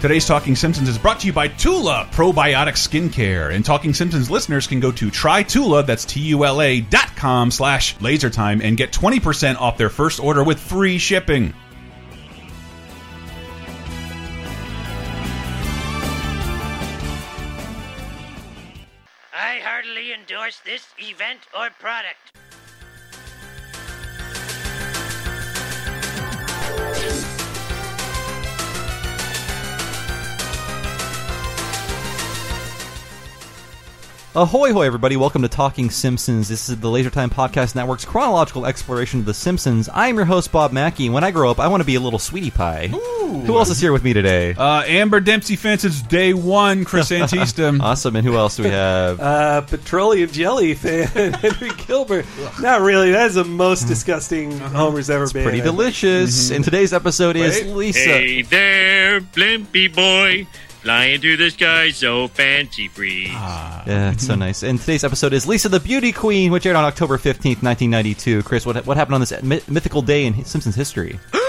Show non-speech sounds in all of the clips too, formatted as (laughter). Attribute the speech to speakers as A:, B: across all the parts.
A: Today's Talking Simpsons is brought to you by Tula Probiotic Skincare. And Talking Simpsons listeners can go to trytula, that's T-U-L-A, dot com slash lasertime and get 20% off their first order with free shipping.
B: I heartily endorse this event or product.
C: Ahoy, hoy, everybody. Welcome to Talking Simpsons. This is the Laser Time Podcast Network's chronological exploration of The Simpsons. I am your host, Bob Mackey, and when I grow up, I want to be a little sweetie pie. Who else is here with me today?
A: Uh, Amber Dempsey Fences, day one, Chris Antista.
C: awesome, and who else do we have?
A: (laughs)
D: Uh, petroleum jelly fan Henry Gilbert. (laughs) Not really. That is the most disgusting Homer's ever been.
C: Hmm. Uh-huh. Pretty delicious.
A: Mm-hmm.
C: And today's episode is
A: Wait.
C: Lisa.
E: Hey there, Blimpy boy, flying through the sky so fancy free.
C: Yeah,
A: (laughs)
C: it's so nice. And today's episode is Lisa the Beauty Queen, which aired on October 15th, 1992. Chris, what, what happened on this myth- mythical day in Simpsons history?
E: oh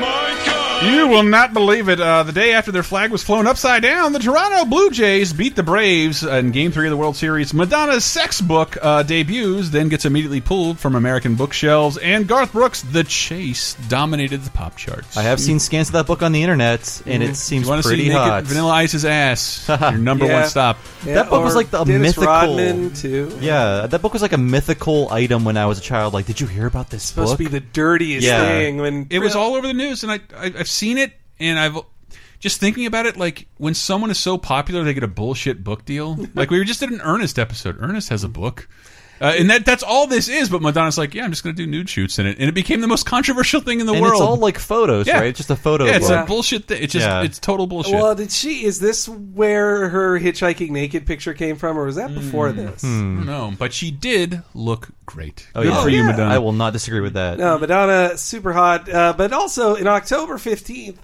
E: my god!
A: You will not believe it. Uh, the day after their flag was flown upside down, the Toronto Blue Jays beat the Braves in Game 3 of the World Series. Madonna's sex book uh, debuts, then gets immediately pulled from American bookshelves. And Garth Brooks' The Chase dominated the pop charts.
C: I have
A: (laughs)
C: seen scans of that book on the internet, and it seems
A: Mm-hmm. you want to
C: pretty
A: see naked
C: hot.
A: Vanilla
C: (laughs)
A: Ice's ass? Your number
D: Yeah.
A: one stop.
D: Yeah,
C: That book was
D: or
C: like the
D: Dennis
C: mythical-
D: Rodman too.
C: Yeah, that book was like a mythical item when I was a child. Like, did you hear about this
D: supposed
C: book?
D: to be the dirtiest
C: Yeah.
D: thing. When
A: It was all over the news, and I, I I've seen it, and I've just thinking about it. Like when someone is so popular, they get a bullshit book deal.
D: (laughs)
A: like we just did an Ernest episode. Ernest has a book. Uh, and that that's all this is, but Madonna's like, yeah, I'm just going to do nude shoots in it, and it became the most controversial thing in the
C: and
A: world.
C: it's all like photos,
A: Yeah.
C: right? It's just a photo
A: yeah, it's a
C: book.
A: bullshit. Thing. It's just
C: Yeah.
A: it's total bullshit.
D: Well, did she? Is this where her hitchhiking naked picture came from, or was that before
A: Hmm.
D: this?
C: Hmm.
A: no, but she did look great.
C: Mm. Oh,
A: Good
C: yeah.
A: for you,
D: yeah.
A: Madonna.
C: I will not disagree with that.
D: No, Madonna, super hot. Uh, but also, in October 15th,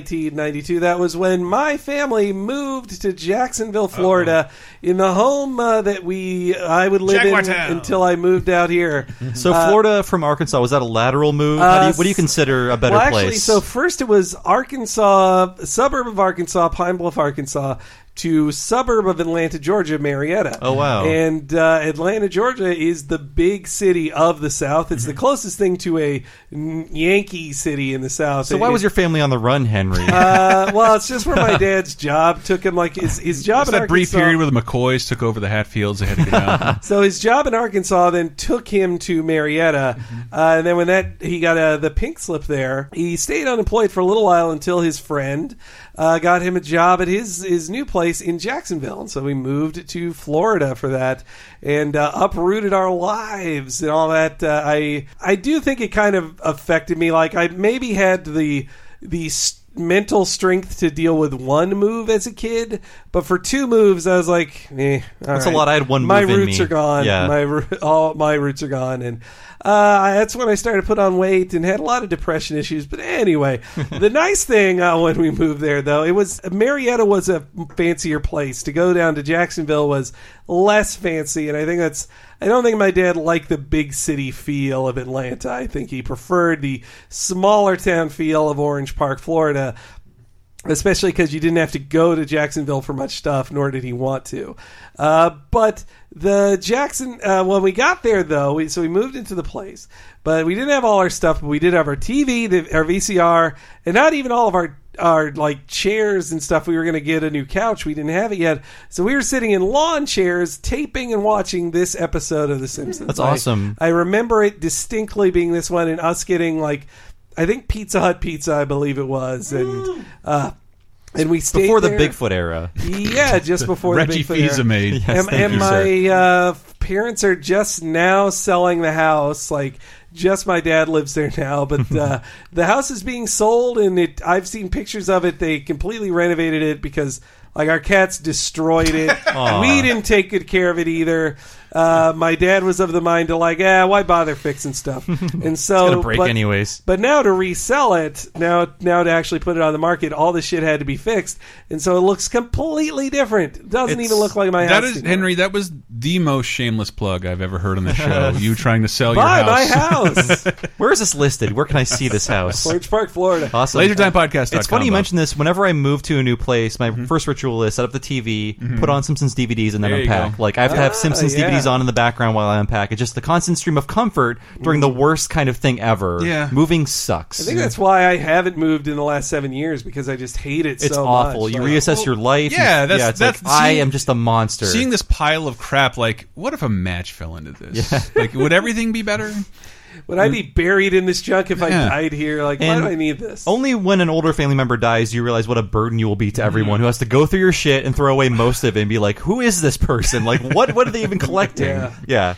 D: 1992, that was when my family moved to Jacksonville, Florida, in the home uh, that we I would live in
A: Jaguartown.
D: until I moved
C: (laughs)
D: out here.
C: So
D: uh,
C: Florida from Arkansas was that a lateral move? How do you, what do you consider a better
D: well, actually,
C: place?
D: so first it was Arkansas, suburb of Arkansas, Pine Bluff, Arkansas, to suburb of Atlanta, Georgia, Marietta.
C: Oh, wow.
D: And uh, Atlanta, Georgia is the big city of the South. It's the
C: Mm-hmm.
D: closest thing to a n- Yankee city in the South.
C: So why was your family on the run, Henry?
D: uh, well, it's just where my dad's job took him. Like
C: (laughs)
D: his, his job
A: It's
D: in
A: that brief
D: Arkansas-
A: period where the McCoys took over the Hatfields. They had to get
C: (laughs)
A: out.
D: So his job in Arkansas then took him to Marietta, uh, and then when that he got uh, the pink slip there, he stayed unemployed for a little while until his friend uh, got him a job at his his new place in Jacksonville, and so we moved to Florida for that, and uh, uprooted our lives and all that. Uh, I I do think it kind of affected me. Like I maybe had the the s mental strength to deal with one move as a kid, but for two moves, I was like, eh, all
C: That's a lot. I had one
D: my
C: move in
D: roots
C: me.
D: are gone.
C: Yeah.
D: My ro- all my roots are gone, and uh, that's when I started to put on weight and had a lot of depression issues.
C: (laughs)
D: But anyway, the nice thing uh, when we moved there, though, it was Marietta was a fancier place. To go down to Jacksonville was less fancy, and I think that's. I don't think my dad liked the big city feel of Atlanta. I think he preferred the smaller town feel of Orange Park, Florida especially because you didn't have to go to Jacksonville for much stuff, nor did he want to. Uh, but the Jackson, uh, when we got there though, we, so we moved into the place, but we didn't have all our stuff. But we did have our TV, the, our VCR, and not even all of our our like chairs and stuff. We were going to get a new couch. We didn't have it yet, so we were sitting in lawn chairs, taping and watching this episode of The Simpsons.
C: That's
D: I-
C: awesome.
D: I remember it distinctly being this one, and us getting like. I think Pizza Hut pizza, I believe it was, and and we
C: (laughs)
D: stayed
C: before the
D: there-
C: Bigfoot
D: (laughs)
C: era. (laughs)
D: Yeah, just before
A: Reggie
D: the Bigfoot era.
A: Fils made.
C: Yes,
D: and
C: thank
D: and
C: you,
D: my uh, parents are just now selling the house. Like, just my dad lives there now,
C: (laughs)
D: but uh, the house is being sold, and it. I've seen pictures of it. They completely renovated it because. Like our cats
C: (laughs)
D: destroyed it. we didn't take good care of it either. Uh, my dad was of the mind to like, ah, why bother
C: (laughs)
D: fixing stuff? And so,
C: Gonna break
D: but-
C: anyways.
D: but now to resell it, now now to actually put it on the market, all this shit had to be fixed, and so it looks completely different. It doesn't
C: It's-
D: even look like my
A: That
D: house.
A: is
D: anymore.
A: Henry. That was the most shameless plug I've ever heard on
C: (laughs)
A: the show. you trying to sell
D: Buy
A: your
D: my
A: house?
D: house,
C: Where is this listed? Where can I see
D: (laughs)
C: this house?
D: Birch Park, Florida.
C: Awesome.
A: LaserTimePodcast.com,
C: It's funny you
A: Bob.
C: mentioned this. Whenever I move to a new place, my first ritual is set up the TV, put on Simpsons DVDs, and then
A: Mm-hmm. There you
C: unpack.
A: go.
C: Like I have to have Simpsons
D: Ah, yeah.
C: DVDs on in the background while I unpack. It's just the constant stream of comfort during the worst kind of thing ever.
A: Yeah.
C: moving sucks.
D: I think that's why I haven't moved in the last seven years because I just hate it
C: it's
D: so
C: awful.
D: much.
C: You
D: Like,
C: reassess your life.
A: yeah,
C: You-
A: that's-
C: yeah. It's like,
A: that's-
C: I
A: seeing-
C: am just a monster.
A: (laughs) Seeing this pile of crap, like, what if a match fell into this? (laughs) Like, would everything be better?
D: Would I be buried in this junk if I
A: Yeah.
D: died here? Like,
C: And
D: why do I need this?
C: Only when an older family member dies, you realize what a burden you will be
A: Mm-hmm.
C: to everyone who has to go through your shit and throw away most of it and be like, who is this person? Like, what, what are
A: (laughs)
C: they even collecting?
D: Yeah.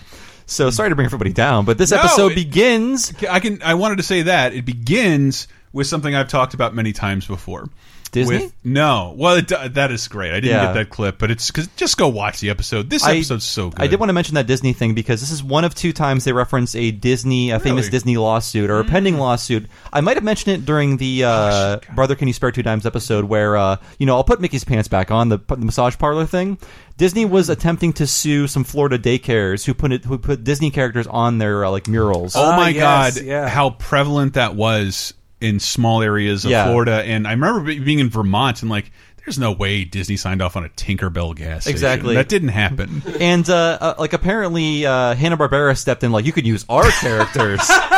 C: So sorry to bring everybody down, but this episode
A: it-
C: begins
A: I can. I wanted to say that it begins with something I've talked about many times before.
C: Disney?
A: With, no, well, it, that is great. I didn't
C: Yeah.
A: get that clip, but it's because just go watch the episode. This
C: I-
A: episode's so good.
C: I did want to mention that Disney thing because this is one of two times they reference a Disney, a famous
A: Really?
C: Disney lawsuit or a pending lawsuit. I might have mentioned it during the uh, "Brother, Can You Spare Two Dimes" episode, where uh, you know I'll put Mickey's pants back on the, the massage parlor thing. Disney was
A: Mm.
C: attempting to sue some Florida daycares who put it, who put Disney characters on their uh, like murals.
A: Oh my
D: Ah, yes,
A: god,
D: yeah.
A: how prevalent that was in small areas of
C: Yeah.
A: Florida, and I remember be- being in Vermont and like. There's no way Disney signed off on a Tinkerbell gas station.
C: Exactly.
A: That didn't
D: (laughs)
A: happen.
C: And uh, uh, like apparently uh, Hanna Barbera stepped in like you could use our characters,
A: (laughs)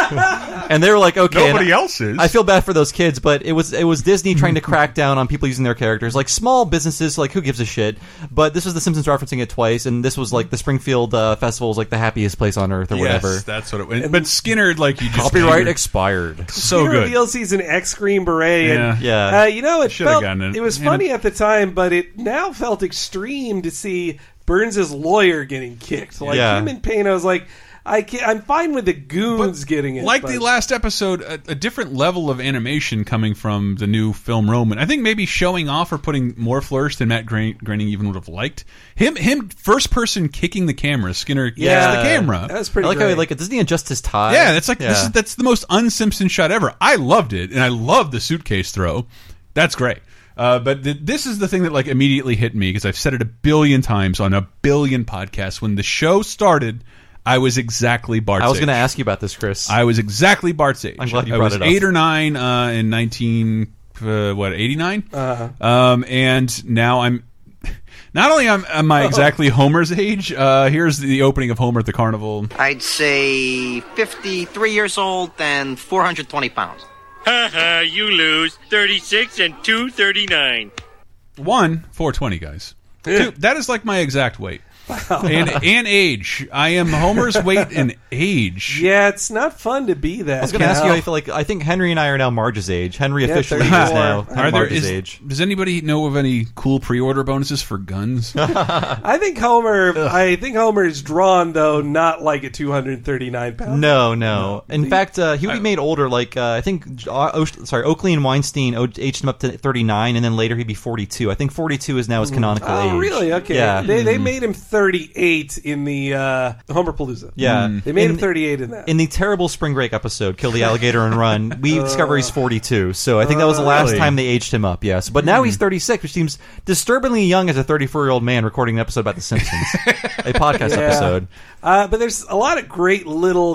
C: and they were like okay. and
A: Nobody else's.
C: I feel bad for those kids, but it was it was Disney trying to crack down on people using their characters, like small businesses. Like who gives a shit? But this was The Simpsons referencing it twice, and this was like the Springfield uh, festival was like the happiest place on earth or whatever.
A: Yes, that's what it was. But Skinner, like you just
C: Copyright
A: figured-
C: expired.
A: so
D: Peter
A: good.
D: reveals he's an ex Green Beret. And,
C: Yeah. Yeah.
D: Uh, you know, it
A: Should've
D: felt
A: gotten it.
D: it. was
A: And it-
D: funny at the time, but it now felt extreme to see Burns' lawyer getting kicked. Like
C: Yeah.
D: him in pain, I was like, I can't, I'm fine with the goons getting it.
A: like
D: but-
A: the last episode, a, a different level of animation coming from the new film Roman. I think maybe showing off or putting more flourish than Matt Grin- Groening even would have liked. Him, him, first person kicking the camera. Skinner kicks
D: Yeah.
A: the camera.
D: That was
C: I
D: pretty.
C: like how he
D: great.
C: like it. Doesn't he adjust his tie?
A: yeah, that's like this is that's the most un-Simpson shot ever. I loved it, and I love the suitcase throw. That's great. Uh, but th this is the thing that like immediately hit me because I've said it a billion times on a billion podcasts. When the show started, I was exactly Bart.
C: I was
A: Sage.
C: going to ask you about this, Chris.
A: I was exactly Bart's age.
C: I'm glad you
A: I
C: brought
A: was
C: it up.
A: Eight or nine uh, in nineteen uh, what eighty nine,
C: Uh-huh.
A: um, and now I'm. (laughs) Not only am, am
C: (laughs)
A: I exactly Homer's age, uh, here's the opening of Homer at the carnival.
F: I'd say 53 years old and 420 pounds.
E: Haha, you lose 36 and 239.
A: One, 420, guys. Two, that is like my exact weight. And, and age. I am Homer's weight and (laughs) age.
D: yeah, it's not fun to be
C: I
D: that.
C: was going to ask you how you feel like. I think Henry and I are now Marge's age. Henry officially is
D: 34.
C: now
D: Are there-
C: Marge's
A: Uh, is-
C: age.
A: Does anybody know of any cool pre-order bonuses for (laughs) guns?
D: I think Homer. I think Homer is drawn though, not like a 239 pound.
C: No, no. In fact, uh, he would be made older. Like uh, I think, uh, Osh- sorry, Oakley and Weinstein o- aged him up to thirty nine, and then later he'd be forty two. I think forty two is now his canonical age.
D: Oh, really? Okay.
C: Yeah.
D: They, they
A: Mm.
D: made him 38 in the uh, Homer Palooza.
C: Yeah.
D: They made him
C: In-
D: 38 in that.
C: In the terrible Spring Break episode, "Kill the Alligator and
D: (laughs)
C: Run," we discover
D: Uh,
C: he's forty-two. So I think that was the last time they aged him up. Yes, but now
D: Hmm.
C: he's thirty-six, which seems disturbingly young as a thirty-four-year-old man recording an episode about The
D: (laughs)
C: Simpsons, a podcast episode.
D: Uh, but there's a lot of great little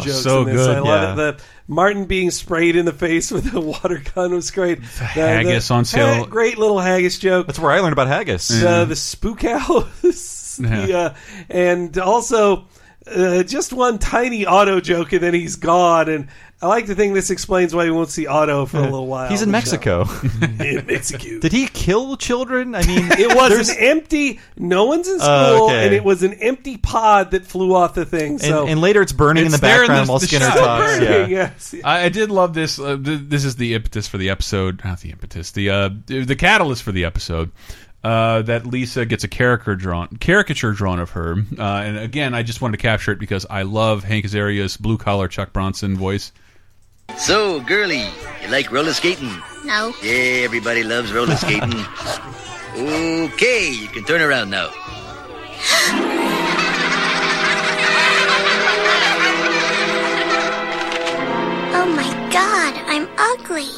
A: Oh,
D: jokes
A: so
D: in this. I
A: good,
D: love
C: yeah.
D: it. The Martin being sprayed in the face with a (laughs) water gun was great. The,
A: haggis on sale.
D: ha- Great little haggis joke.
C: That's where I learned about haggis.
D: (laughs) Uh, the spook house. the,
A: Yeah.
D: uh, and also uh, just one tiny auto joke, and then he's gone. And I like to think this explains why we won't see Otto for a little while.
C: He's in
D: So-
C: Mexico.
D: (laughs) in
C: (laughs)
D: Mexico.
C: Did he kill children? I
D: (laughs)
C: mean,
D: It was an empty. No one's in school,
C: Oh, okay.
D: and it was an empty pod that flew off the thing.
C: and,
D: So
C: and later it's burning in
A: It's
C: the
A: there in
C: background
A: the-
C: while
A: the
C: Skinner
A: shadow.
C: talks.
D: Burning,
C: Yeah.
D: yes.
A: I, I did love this. Uh, th- this is the impetus for the episode. Not the impetus. The uh, the catalyst for the episode. Uh, that Lisa gets a caricature drawn, caricature drawn of her, uh, and again, I just wanted to capture it because I love Hank Azaria's blue collar Chuck Bronson voice.
F: So, girly, you like roller skating?
G: No.
F: Yeah, everybody loves roller skating. okay, you can turn around now.
G: Oh my god, I'm ugly.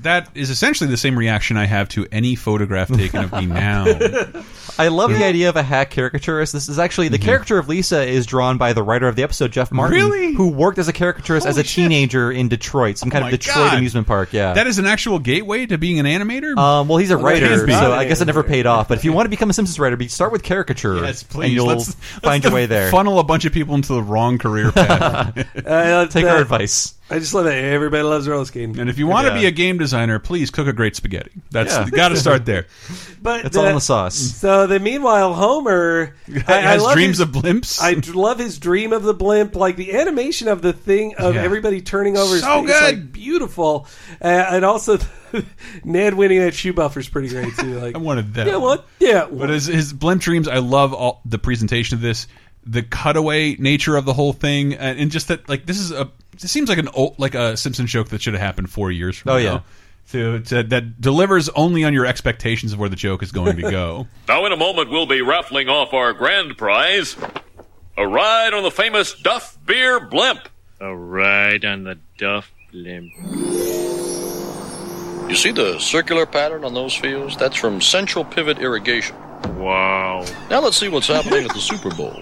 A: That is essentially the same reaction I have to any photograph taken of me now.
C: I love the idea of a hack caricaturist. This is actually
A: Mm-hmm.
C: the character of Lisa is drawn by the writer of the episode, Jeff Martin,
A: Really?
C: who worked as a caricaturist as
A: Holy
C: a
A: shit. Oh
C: teenager in Detroit, some kind
A: my
C: of Detroit
A: God.
C: amusement park. Yeah,
A: that is an actual gateway to being an animator.
C: Um, well, he's a
A: he's
C: writer,
A: not
C: so
D: an
C: I guess it never paid off. But if you want to become a Simpsons writer, be start with caricature,
A: yes, please.
C: and you'll
A: Let's- let's
C: find your way there.
A: Funnel a bunch of people into the wrong career path.
D: Uh, I love
C: Take
D: that.
C: our advice.
D: I just love that everybody loves roller skating.
A: and if you want to
C: Yeah.
A: be a game designer, please cook a great spaghetti. That's
C: Yeah.
A: got to start there.
D: But
C: It's all in
D: the-
C: the sauce.
D: So then,
A: (laughs)
D: meanwhile, Homer I, I
A: has
D: love
A: dreams
D: his-
A: of blimps.
D: I d- love his dream of the blimp, like the animation of the thing of
A: Yeah.
D: everybody turning over. his
A: So
D: face, like,
A: good.
D: beautiful, uh, and also (laughs) Ned winning that shoe buffer is pretty great too.
A: (laughs)
D: Like
A: I wanted that.
D: Yeah, what? Yeah,
A: But his, his blimp dreams, I love all the presentation of this, the cutaway nature of the whole thing, and, and just that like this is a this seems like an old like a Simpson joke that should have happened four years from
C: Oh,
A: now.
C: yeah.
A: To, to, that delivers only on your expectations of where the joke is going to go.
H: Now, in a moment, we'll be raffling off our grand prize a ride on the famous Duff Beer Blimp.
E: A ride on the Duff Blimp.
I: You see the circular pattern on those fields? That's from central pivot irrigation.
E: Wow.
I: Now let's see what's happening at the Super Bowl.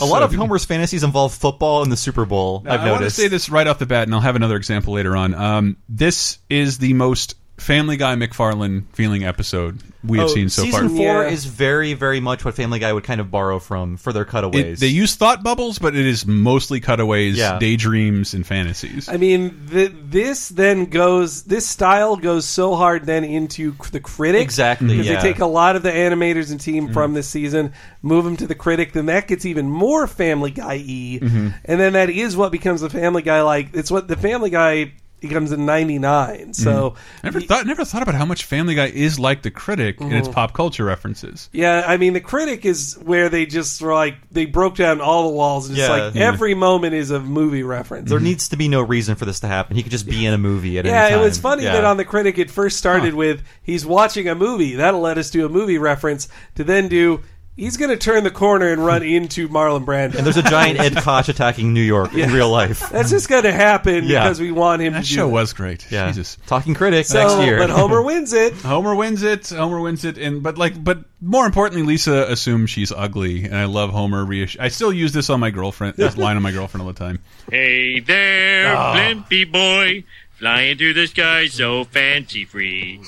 C: A lot of Homer's fantasies involve football and the Super Bowl. (laughs) I've
A: I want to
C: noticed.
A: say this right off the bat, and I'll have another example later on. Um, this is the most Family Guy McFarlane feeling episode we have
C: Oh,
A: seen so far.
C: season four
D: Yeah.
C: is very, very much what Family Guy would kind of borrow from for their
A: It-
C: cutaways.
A: they use thought bubbles, but it is mostly cutaways,
C: Yeah.
A: daydreams, and fantasies.
D: I mean, th- this then goes. This style goes so hard then into c- the critic
C: Exactly,
D: because
C: yeah. Mm-hmm.
D: they take a lot of the animators and team from this season, move them to the critic, then that gets even more Family Guy e,
C: Mm-hmm.
D: and then that is what becomes the Family Guy. Like it's what the Family Guy becomes in '99. So
C: Mm-hmm.
A: Never thought, never thought about how much Family Guy is like the critic in
D: Mm-hmm.
A: its pop culture references.
D: Yeah, I mean, the critic is where they just were like they broke down all the walls and just
C: Yeah. Mm-hmm.
D: like every moment is a movie reference.
C: there needs to be no reason for this to happen. He could just be in a movie at any
D: Yeah,
C: time.
D: it was funny
C: Yeah.
D: that on the critic it first started with he's watching a movie. That'll let us do a movie reference to then do he's going to turn the corner and run into Marlon Brando.
C: And (laughs) there's a giant
D: (laughs)
C: Ed Koch attacking New York in real life.
D: That's just going to happen
C: Yeah.
D: because we want him
A: That
D: to do
A: show
D: that.
A: was great.
C: Yeah.
A: Jesus.
C: Talking critic
D: So,
C: next year. (laughs)
D: But Homer wins it.
A: Homer wins it. Homer wins it, and but like, but more importantly, Lisa assumes she's ugly, and I love Homer. reassure- I still use this on my girlfriend. This
D: (laughs)
A: line on my girlfriend all the time.
E: Hey there, Blimpy boy, flying through the sky so fancy free.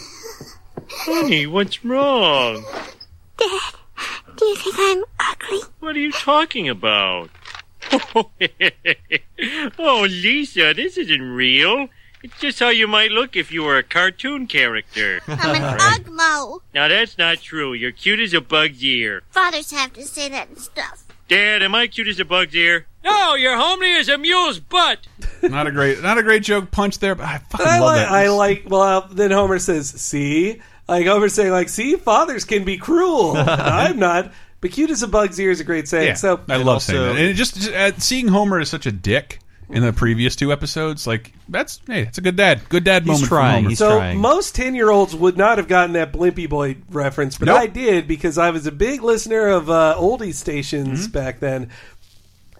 E: Honey, what's wrong?
G: Do you think I'm ugly?
E: What are you talking about? (laughs) oh, Lisa, this isn't real. It's just how you might look if you were a cartoon character.
G: I'm an ugmo.
E: now, that's not true. You're cute as a bug's ear.
G: Fathers have to say that and stuff.
E: Dad, am I cute as a bug's ear? No, you're homely as a mule's butt.
A: Not a great, not a great joke punch there, but I fucking
D: I
A: love
D: like,
A: that.
D: I like. Well, then Homer says, "See, like Homer saying, like, see, fathers can be cruel. I'm not, but cute as a bug's ear is a great saying.
A: Yeah,
D: So
A: I love saying
C: also-
A: that. And it just, just uh, seeing Homer as such a dick in the previous two episodes, like that's hey, that's a good dad, good dad moment. from
C: trying.
A: Homer.
C: He's
D: So
C: trying.
D: most ten year olds would not have gotten that Blimpy Boy reference, but
A: Nope.
D: I did because I was a big listener of uh, oldie stations back then.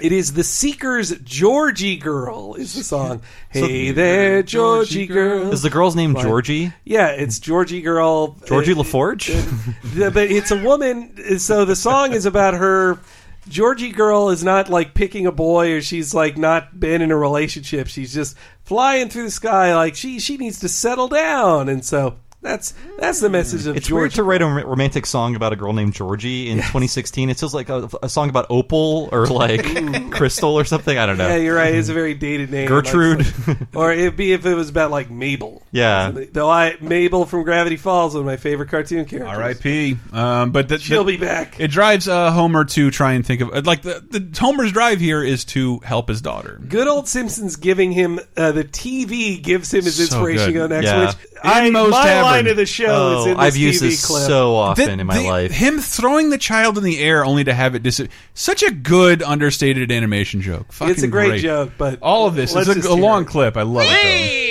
D: It is the Seekers' "Georgie Girl" is the song. hey there, Georgie Girl.
C: is the girl's name Georgie?
D: yeah, it's Georgie Girl.
C: Georgie
D: Uh,
C: LaForge?
D: the- but it's a woman. So the song is about her. Georgie girl is not like picking a boy, or she's like not been in a relationship. She's just flying through the sky, like she she needs to settle down. And so That's that's the message of
C: It's weird
D: George.
C: to write a rom- romantic song about a girl named Georgie in 2016. It feels like a, a song about Opal or
D: (laughs)
C: like Crystal or something. I don't know.
D: Yeah, you're right. It's a very dated name, like
C: Gertrude.
D: some- or it'd be if it was about like Mabel.
C: Yeah.
D: Though I Mabel from Gravity Falls, one of my favorite cartoon characters.
A: R.I.P. Um, but that
D: She'll
A: that-
D: be back.
A: It drives uh, Homer to try and think of uh, like the, the Homer's drive here is to help his daughter.
D: Good old Simpsons giving him uh, the TV gives him his
A: So
D: inspiration.
A: good.
D: Go next,
A: Yeah.
D: which
A: In
D: I, my
A: Moe's Tavern.
D: line of the show is in this
C: Oh, I've used
D: TV
C: this
D: clip.
C: so often
A: The-
C: in my
A: the-
C: life.
A: Him throwing the child in the air only to have it dis. Such a good understated animation joke. Fucking
D: It's a great, joke, but
A: All of this
D: let's
A: is
D: just
A: a, a
D: hear
A: long
D: it.
A: clip. I love it.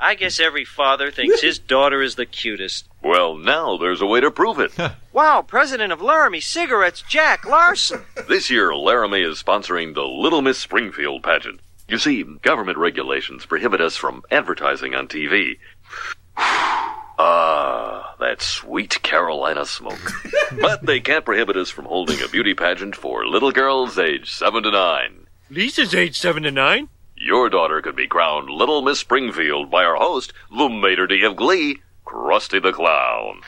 J: I guess every father thinks his daughter is the cutest.
H: Well, now there's a way to prove it.
J: Wow, president of Laramie Cigarettes, Jack Larson.
H: This year, Laramie is sponsoring the Little Miss Springfield pageant. You see, government regulations prohibit us from advertising on TV. (sighs) Ah, that sweet Carolina smoke. but they can't prohibit us from holding a beauty pageant for little girls age 7 to 9.
E: Lisa's age seven to nine.
H: Your daughter could be crowned Little Miss Springfield by our host, the maitre d' of glee, Krusty the Clown.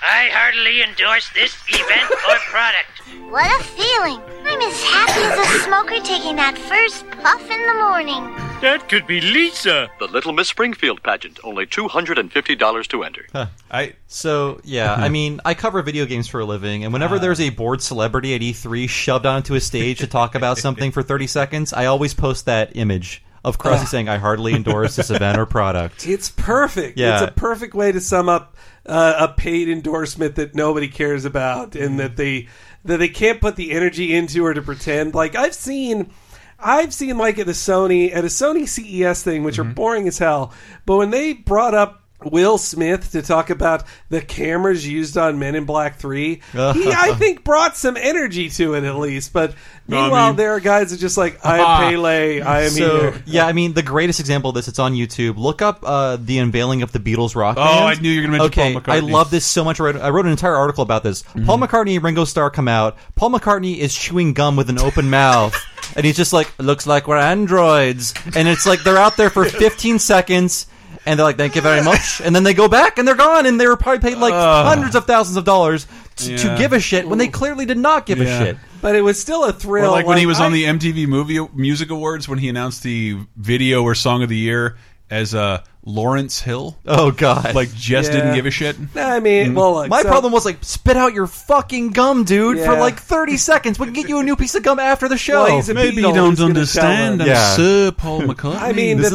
B: I heartily endorse this event or product.
G: What a feeling! I'm as happy as a smoker taking that first puff in the morning.
E: That could be Lisa.
K: The Little Miss Springfield pageant, only $250 to enter.
A: I
C: so yeah. I mean, I cover video games for a living, and whenever there's a bored celebrity at E3 shoved onto a stage to talk about something for 30 seconds, I always post that image of Krusty saying, "I hardly endorse this event or product."
D: It's perfect.
C: Yeah.
D: It's a perfect way to sum up uh, a paid endorsement that nobody cares about and that they that they can't put the energy into or to pretend. Like I've seen I've seen like at the Sony at a Sony CES thing which
A: Mm-hmm.
D: are boring as hell, but when they brought up Will Smith to talk about the cameras used on Men in Black 3. He,
A: (laughs)
D: I think, brought some energy to it at least. But
C: No, I
D: meanwhile,
C: mean-
D: there are guys that just like, I am Pele, I am
C: so,
D: here.
C: Yeah, I mean the greatest example of this. It's on YouTube. Look up uh, the unveiling of the Beatles rock.
A: Oh,
C: band.
A: I knew you were gonna mention
C: okay,
A: Paul McCartney. Mm-hmm.
C: I love this so much. I wrote, I wrote an entire article about this. Paul McCartney and Ringo Starr come out. Paul McCartney is chewing gum with an open
A: (laughs)
C: mouth. And he's just like, looks like we're androids. And it's like they're out there
A: (laughs)
C: for 15 seconds, and they're like, thank you very much. And then they go back, and they're gone, and they were probably paid like
D: Ugh.
C: hundreds of thousands of dollars to, to
A: Yeah.
C: give a shit when they clearly did not give
A: Yeah.
C: a shit.
D: But it was still a thrill.
A: Or like when he was
D: I-
A: on the MTV Movie Music Awards when he announced the video or song of the year as uh, Lawrence Hill.
C: Oh God!
A: Like just
D: Yeah.
A: didn't give a shit.
D: I
A: Mm-hmm.
D: mean, well, look,
C: my
D: so-
C: problem was like spit out your fucking gum, dude, for
D: Yeah.
C: like thirty (laughs) seconds. We can get you a new piece of gum after the show.
D: Well, he's a Maybe you Beatle. don't He's gonna understand. tell them. I'm Sir
A: Paul McCartney.
D: I mean, the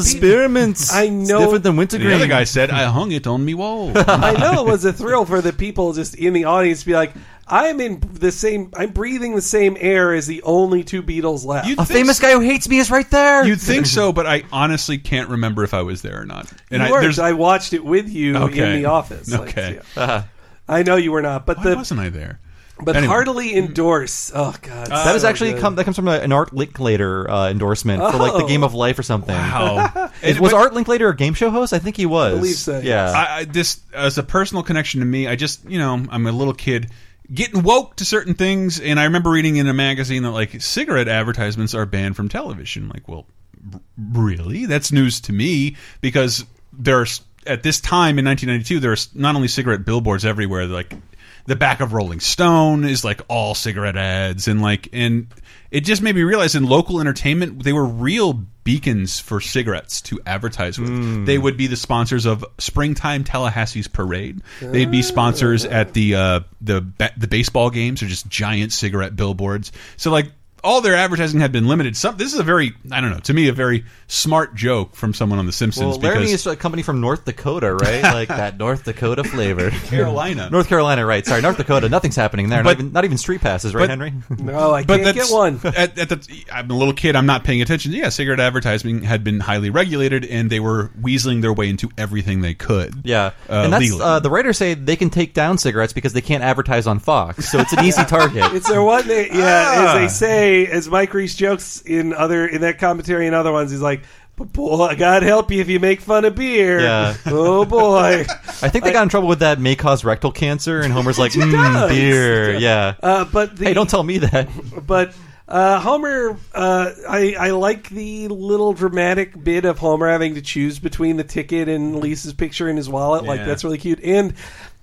D: pe- I know
A: The other guy said, "I hung it on me
D: (laughs)
A: wall."
D: (laughs) I know it was a thrill for the people just in the audience to be like, I'm in the same. I'm breathing the same air as the only two Beatles left.
A: You'd A think famous
C: guy who hates me is right there.
A: You'd think so, but I honestly can't remember if I was there or not.
D: You
A: And I,
D: weren't.
A: there's
D: I watched it with you
A: Okay.
D: in the office. Like,
A: Okay.
C: Uh-huh.
D: I know you were not, but the
A: wasn't I there?
D: But
A: Anyway.
D: hardly endorse. Oh God,
C: that is
D: so
C: actually
D: good.
C: come, that comes from a- an Art Linklater uh, endorsement for like the
D: Oh.
C: Game of Life or something.
A: (laughs) Wow.
C: It- was Art Linklater a game show host? I think he was. Yeah.
A: I, I, this as a personal connection to me. I just you know I'm a little kid getting woke to certain things, and I remember reading in a magazine that like cigarette advertisements are banned from television. Like, well, r- really? That's news to me because there's at this time in 1992 there's not only cigarette billboards everywhere like. The back of Rolling Stone is like all cigarette ads, and like, and it just made me realize in local entertainment they were real beacons for cigarettes to advertise with. They would be the sponsors of springtime Tallahassee's parade. They'd be sponsors at the uh, the ba- the baseball games or just giant cigarette billboards. So like all their advertising had been limited. Some this is a very I don't know to me a very smart joke from someone on The Simpsons
C: well, Laramie
A: because
C: is a company from North Dakota,
A: (laughs)
C: right? Like that North Dakota flavor.
A: Carolina.
C: North Carolina, right? Sorry, North Dakota. Nothing's happening there. not, even, not even street passes, right,
A: but-
C: Henry? (laughs)
D: No, I can't get
A: that's-
D: one.
A: At, at the, I'm a little kid. I'm not paying attention. Yeah, cigarette advertising had been highly regulated, and they were weaseling their way into everything they could.
C: Yeah,
A: uh,
C: and that's
A: legally.
C: uh, the writers say they can take down cigarettes because they can't advertise on Fox, so it's an
A: (laughs)
C: easy target.
D: It's their one. They, yeah, as
A: Ah.
D: they say, as Mike Reese jokes in other in that commentary and other ones, he's like, "But boy, God help you if you make fun of beer."
C: Yeah.
D: Oh
C: (laughs)
D: boy.
C: I think they got in trouble with that may cause rectal
A: (laughs)
C: cancer, and Homer's like, mm,
D: does.
C: beer, yeah.
D: Uh, but the,
C: hey, don't tell me that.
D: but Uh, Homer, uh, I, I like the little dramatic bit of Homer having to choose between the ticket and Lisa's picture in his wallet. Like
L: Yeah.
D: that's really cute. And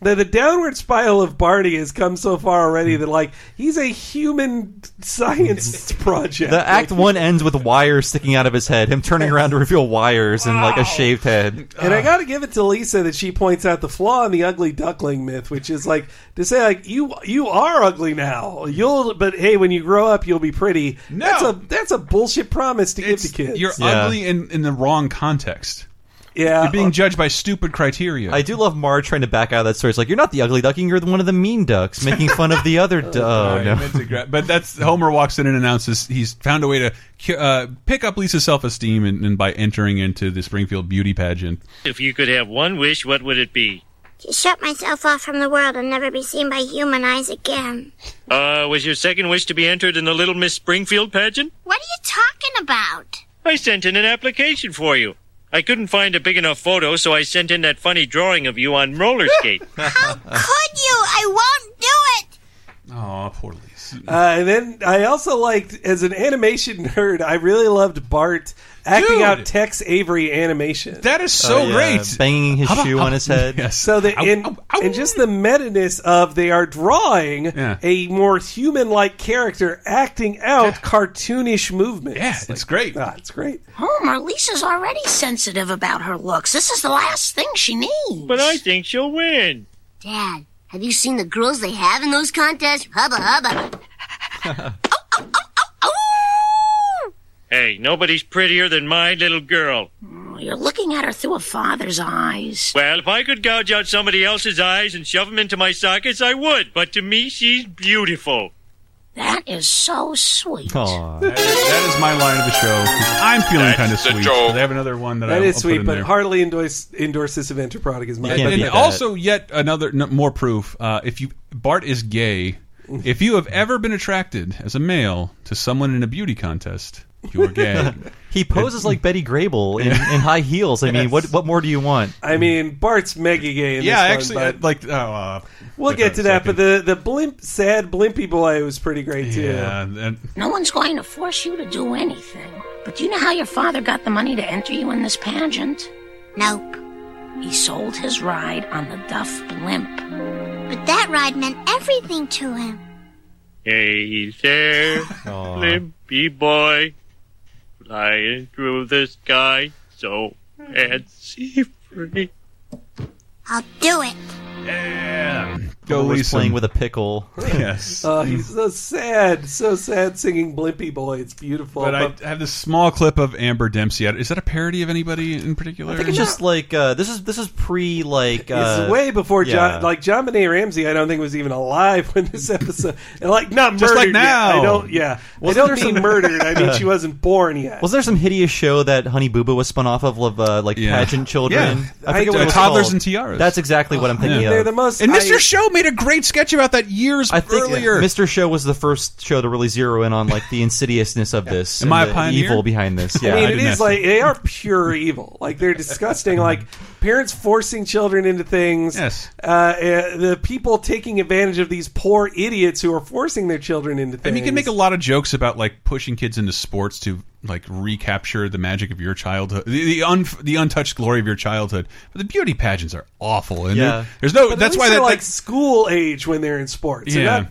D: the, the downward spiral of Barney has come so far already that like he's a human science
A: (laughs)
D: project.
C: The uh, act one ends with wires sticking out of his head, him turning around to reveal wires and like a shaved head.
D: And I got to give it to Lisa that she points out the flaw in the ugly duckling myth, which is like to say like you you are ugly now. You'll but hey, when you grow up, you'll be pretty. No. That's a that's a bullshit promise to give to kids.
A: You're ugly in, in the wrong context.
D: Yeah.
A: You're being judged by stupid criteria.
C: Uh, I do love Marge trying to back out of that story. It's like you're not the ugly duckling, you're the- one of the mean ducks, making fun of the
A: (laughs)
C: other. Du- (laughs) oh
A: Sorry, I
C: no.
A: meant to gra- but that's Homer walks in and announces he's found a way to cu- uh, pick up Lisa's self esteem and, and by entering into the Springfield beauty pageant.
E: If you could have one wish, what would it be?
G: To shut myself off from the world and never be seen by human eyes again.
E: Uh, was your second wish to be entered in the Little Miss Springfield pageant?
G: What are you talking about?
E: I sent in an application for you. I couldn't find a big enough photo, so I sent in that funny drawing of you on roller skate.
G: Could you? I won't do it!
A: Oh, poor Lisa.
D: Uh, and then I also liked, as an animation nerd, I really loved Bart acting
A: Dude!
D: out Tex Avery animation.
A: That is so Oh, yeah. great.
C: Banging his
A: How
C: shoe
A: about-
C: on his
A: (laughs)
C: head.
D: So the and, and just the meta ness of they are drawing
C: Yeah.
D: a more human like character acting out cartoonish movements. Yeah,
A: it's great.
D: it's great.
M: Homer, Lisa's Oh, already sensitive about her looks. This is the last thing she needs. But
E: I think she'll win.
M: Dad, have you seen the girls they have in those contests? Hubba hubba.
E: Hey, nobody's prettier than my little girl.
M: You're looking at her through a father's eyes.
E: Well, if I could gouge out somebody else's eyes and shove 'em into my sockets, I would. But to me, she's beautiful.
M: That is so sweet.
A: Aw. That, is, that is my line of the show. 'cause I'm feeling kind of sweet. but I have another one that,
D: That
A: I'll,
D: is
A: I'll put
D: sweet,
A: in
D: but
A: there.
D: hardly endorse endorse this event or product is my
A: and and also yet another no, more proof. Uh, if you Bart is
D: (laughs)
A: gay, if you have ever been attracted as a male to someone in a beauty contest, you are
D: (laughs)
A: gay.
C: he poses like Betty Grable in, in high heels. I mean, what what more do you want?
D: I mean, Bart's mega gay in
C: Yeah,
D: this
C: actually,
D: one,
C: I-
D: but
A: like, oh, uh,
D: we'll
A: like
D: get
A: a
D: to that. But the the blimp, sad blimpy boy was pretty great too.
A: Yeah, and
M: No one's going to force you to do anything. But do you know how your father got the money to enter you in this pageant? Nope. He sold his ride on the Duff blimp.
G: But that ride meant everything to him.
E: Hey there, limpy boy, flying through the sky so fancy free.
G: I'll do it.
C: Go was
A: Lisa. (laughs)
C: playing with a pickle.
A: Yes.
D: Oh, he's so sad, so sad singing Blimpy Boy. It's beautiful. uh,
A: but I have this small clip of Amber Dempsey. Is that a parody of anybody in particular?
C: I think it's just like uh, this is this is pre like uh,
D: it's way before
C: yeah.
D: John, like John Benet Ramsey. I don't think was even alive when
C: (laughs)
D: this episode, and like not
C: Just like
D: murdered yet.
C: now.
D: I don't. Yeah,
C: Wasn't
D: I
C: there
D: don't mean
C: some-
D: murdered. I
A: (laughs)
D: mean she wasn't born yet.
C: Wasn't there some hideous show that Honey Boo Boo was spun off of, of uh, like pageant children?
D: I-
C: I forget what
D: uh,
C: it was
D: Toddlers
C: called.
D: and Tiaras. Oh,
C: That's exactly what I'm thinking
D: They're
C: of.
D: the most.
A: And
D: I-
A: Mr. Show made a great sketch about that years
C: I think
A: earlier.
C: Mr. Show was the first show to really zero in on like the insidiousness of this,
A: Am
C: and
A: I a
C: the
A: pioneer?
C: evil behind this. Yeah,
D: I mean, it is like they are pure evil. Like they're
A: (laughs)
D: disgusting. like parents forcing children into things.
A: Yes.
D: Uh, uh, the people taking advantage of these poor idiots who are forcing their children into things.
A: And you can make a lot of jokes about like pushing kids into sports to like recapture the magic of your childhood, the the, un, the untouched glory of your childhood. But the beauty pageants are awful, and
D: Yeah.
A: there- there's no.
D: But at
A: that's
D: least
A: why
D: they're
A: that
D: like,
A: that-
D: school age when they're in sports. They're
A: Yeah.
D: not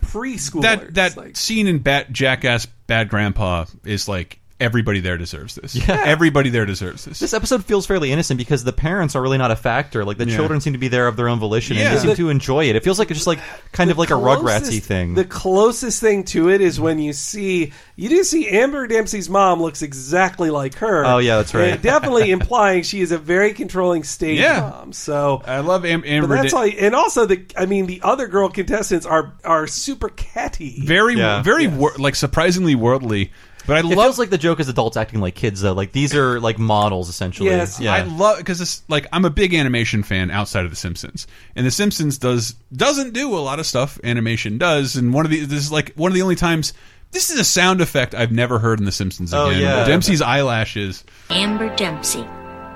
A: that
D: preschoolers.
A: that scene in Bat Jackass Bad Grandpa is like everybody there deserves this.
C: Yeah.
A: everybody there deserves this.
C: This episode feels fairly innocent because the parents are really not a factor. Like the
A: Yeah.
C: children seem to be there of their own volition, and
D: Yeah.
C: they seem to enjoy it. It feels like it's just like kind of like a Rugratsy
D: closest-
C: thing.
D: The closest thing to it is when you see you do see Amber Dempsey's mom looks exactly like her.
C: Oh, yeah, that's right.
D: And definitely (laughs) implying she is a very controlling stage
A: Yeah.
D: mom. So
A: I love Am-
D: but
A: Amber.
D: that's
A: Dam-
D: all. And also the I mean the other girl contestants are are super catty.
A: very
C: Yeah.
A: very wor- like surprisingly worldly. But I
C: it
A: love
C: feels like the joke is adults acting like kids though. Like these are like models essentially. yeah.
A: I love because it's like I'm a big animation fan outside of The Simpsons, and The Simpsons does doesn't do a lot of stuff animation does, and one of the this is like one of the only times this is a sound effect I've never heard in The Simpsons
C: Oh,
A: again.
C: yeah.
A: Dempsey's eyelashes.
M: Amber Dempsey.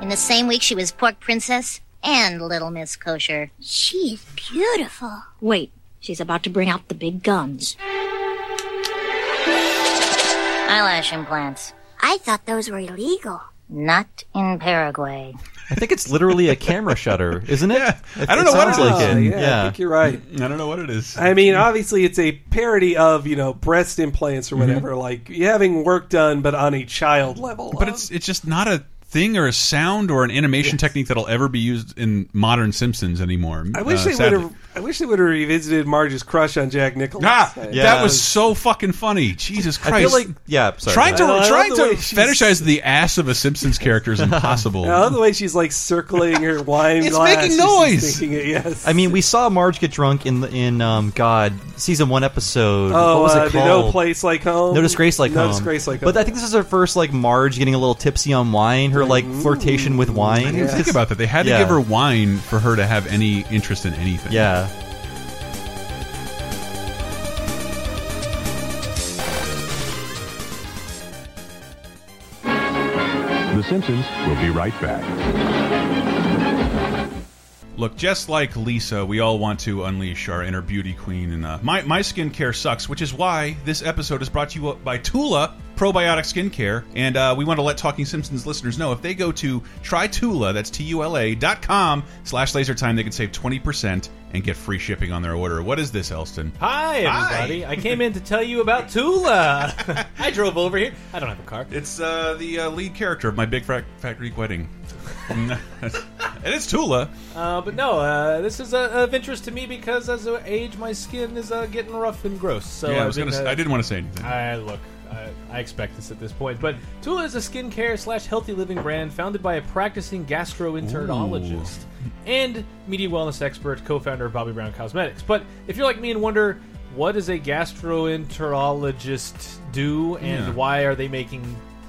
N: In the same week, she was Pork Princess and Little Miss Kosher.
M: She is beautiful. Wait, she's about to bring out the big guns.
N: eyelash implants.
G: I thought those were illegal.
N: Not in Paraguay.
C: I think it's literally a camera shutter, isn't
D: (laughs)
C: it? It-
D: I don't
C: it
D: know what
C: sounds
D: it
C: like
D: is.
C: it.
D: Oh, Yeah, I think you're right.
A: I don't know what it is.
D: I mean, obviously, it's a parody of you know breast implants
C: Mm-hmm.
D: or whatever, like having work done, but on a child level.
A: But it's it's just not a thing or a sound or an animation technique that'll ever be used in modern Simpsons anymore.
D: I wish
A: uh,
D: they would
A: sadly.
D: have. I wish they would have revisited Marge's crush on Jack Nicholas.
A: Ah,
D: I-
A: that was so fucking funny. Jesus
D: I
A: Christ!
D: feel like- yeah, sorry.
A: trying to
D: I know, I love
A: trying
D: the
A: to
D: way she's-
A: fetishize the ass of a Simpsons character
D: (laughs)
A: is impossible.
D: I love the way she's like circling her
C: (laughs)
D: wine
A: It's
D: glass.
A: making
D: as she's
A: noise!
D: thinking it, yes.
C: I mean, we saw Marge get drunk in the- in um, God season one episode.
D: Oh,
C: what was
D: uh,
C: it called?
D: no place like home.
C: No disgrace like
D: no
C: home.
D: disgrace like home.
C: But I think this is her first like Marge getting a little tipsy on wine. Her like flirtation with wine.
A: I didn't think about that. They had to
C: Yeah.
A: give her wine for her to have any interest in anything.
C: Yeah.
L: The Simpsons will be right back.
A: Look, just like Lisa, we all want to unleash our inner beauty queen. And uh, my my skincare sucks, which is why this episode is brought to you by Tula Probiotic Skincare. And uh, we want to let Talking Simpsons listeners know if they go to trytula, that's t u l a dot com slash laser time, they can save twenty percent and get free shipping on their order. What is this, Elston?
O: Hi, everybody. I came in to tell you about
C: (laughs)
O: Tula. (laughs) I drove over here. I don't have a car.
A: It's uh, the uh, lead character of my Big Fat Fat Greek Wedding. (laughs) it is Tula.
O: Uh, but no, uh, this is uh, of interest to me because as I age, my skin is uh, getting rough and gross. So
A: yeah, I
O: I've
A: was
O: been,
A: gonna. s-
O: uh,
A: I didn't want to say anything.
O: I look. I, I expect this at this point, but Tula is a skincare slash healthy living brand founded by a practicing gastroenterologist and media wellness expert, co-founder of Bobby Brown Cosmetics. But if you're like me and wonder what does a gastroenterologist do and
A: Yeah.
O: why are they making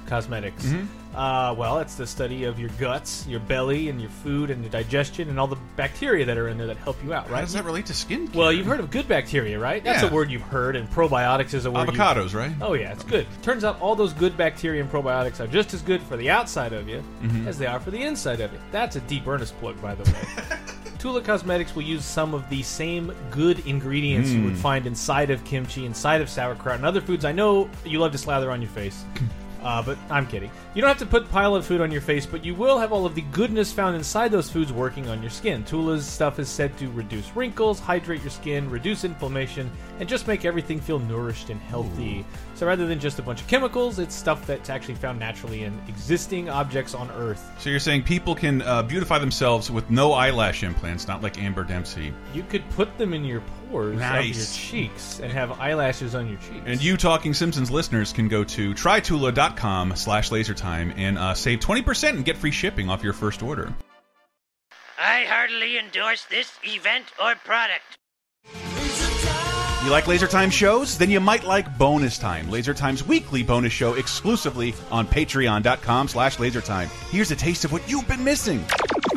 O: cosmetics?
A: Mhm.
O: Uh, well, it's the study of your guts, your belly, and your food, and your digestion, and all the bacteria that are in there that help you out. Right?
A: does that relate to skin?
O: Well, you've heard of good bacteria, right? That's
A: Yeah.
O: a word you've heard, and probiotics is a word. you've-
A: Avocados, right?
O: Oh yeah, it's good. Turns out all those good bacteria and probiotics are just as good for the outside of you
A: Mhm.
O: as they are for the inside of you. That's a deep earnest plug, by the way. Tula Cosmetics will use some of the same good ingredients you would
A: Mm.
O: find inside of kimchi, inside of sauerkraut, and other foods. I know you love to slather on your face. Uh, but I'm kidding. You don't have to put pile of food on your face, but you will have all of the goodness found inside those foods working on your skin. Tula's stuff is said to reduce wrinkles, hydrate your skin, reduce inflammation, and just make everything feel nourished and healthy. So rather than just a bunch of chemicals, it's stuff that's actually found naturally in existing objects on Earth.
A: So you're saying people can uh, beautify themselves with no eyelash implants, not like Amber Dempsey.
O: You could put them in your pores of your
A: Nice.
O: cheeks and have eyelashes on your cheeks.
A: And you Talking Simpsons listeners can go to trytula.com slash lasertime and uh, save 20% and get free shipping off your first order.
B: I heartily endorse this event or product.
A: You like Laser Time shows? Then you might like Bonus Time, Laser Time's weekly bonus show exclusively on patreon.com slash lasertime. Here's a taste of what you've been missing.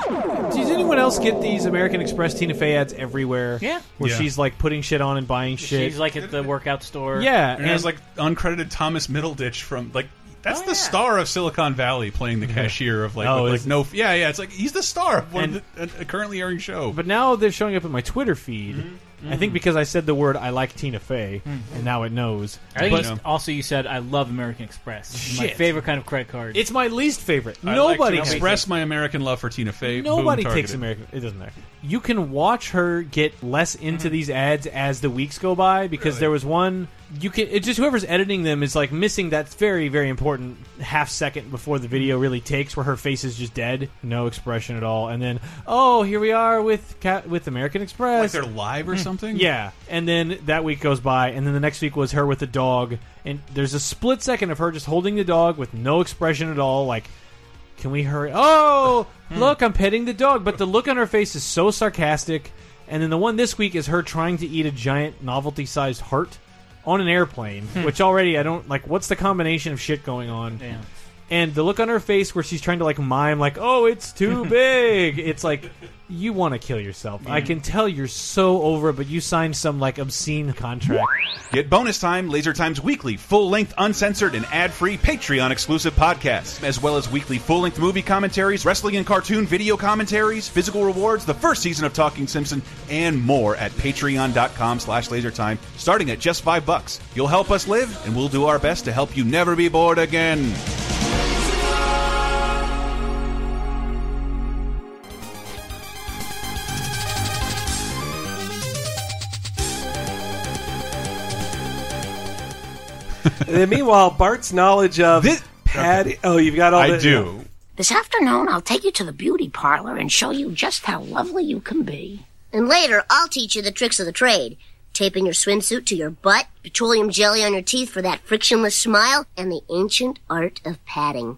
O: Does anyone else get these American Express Tina Fey ads everywhere?
P: Yeah.
O: Where
A: Yeah.
O: she's like putting shit on and buying shit.
P: She's like at the workout store.
O: Yeah,
A: And, it has like uncredited Thomas Middleditch from like that's the star of Silicon Valley playing the cashier of like,
O: Oh,
A: with,
O: is-
A: like no yeah yeah it's like he's the star of one
O: And-
A: of the, a, a currently airing show.
O: But now they're showing up in my Twitter feed. I think
P: Mhm.
O: because I said the word I like Tina Fey,
A: Mm-hmm.
O: and now it knows.
P: I think
O: But-
P: you s- also you said I love American Express. It's My
O: Shit.
P: favorite kind of credit card.
O: it's my least favorite.
A: I
O: Nobody
A: like to express my American love for Tina Fey.
O: Nobody
A: Boom,
O: takes
A: targeted.
O: American. It doesn't matter. You can watch her get less into
A: Mm-hmm.
O: these ads as the weeks go by because there was one. You can it just whoever's editing them is like missing that very very important half second before the video
A: Mm-hmm.
O: really takes where her face is just dead, no expression at all, and then oh here we are with Ca- with American Express.
A: Like they're live or
O: Mm.
A: something?
O: Yeah, and then that week goes by, and then the next week was her with the dog, and there's a split second of her just holding the dog with no expression at all, like can we hurry? Oh, look, I'm petting the dog. But the look on her face is so sarcastic. And then the one this week is her trying to eat a giant novelty sized heart on an airplane,
P: Hmm.
O: which already I don't like. What's the combination of shit going on?
P: Yeah.
O: And the look on her face where she's trying to like mime like, "Oh,
A: (laughs)
O: it's too big." It's like you want to kill yourself. I
A: Yeah.
O: can tell you're so over, it, but you signed some like obscene contract.
Q: Get bonus time, Laser Time's weekly, full length, uncensored, and ad free Patreon exclusive podcast, as well as weekly full length movie commentaries, wrestling and cartoon video commentaries, physical rewards, the first season of Talking Simpson, and more at patreon.com slash lasertime, starting at just five bucks. You'll help us live, and we'll do our best to help you never be bored again.
D: And then meanwhile, Bart's knowledge of Patty. Oh, you've got all.
A: I
D: the,
A: do.
M: This afternoon, I'll take you to the beauty parlor and show you just how lovely you can be.
N: And later, I'll teach you the tricks of the trade. Taping your swimsuit to your butt, petroleum jelly on your teeth for that frictionless smile, and the ancient art of patting.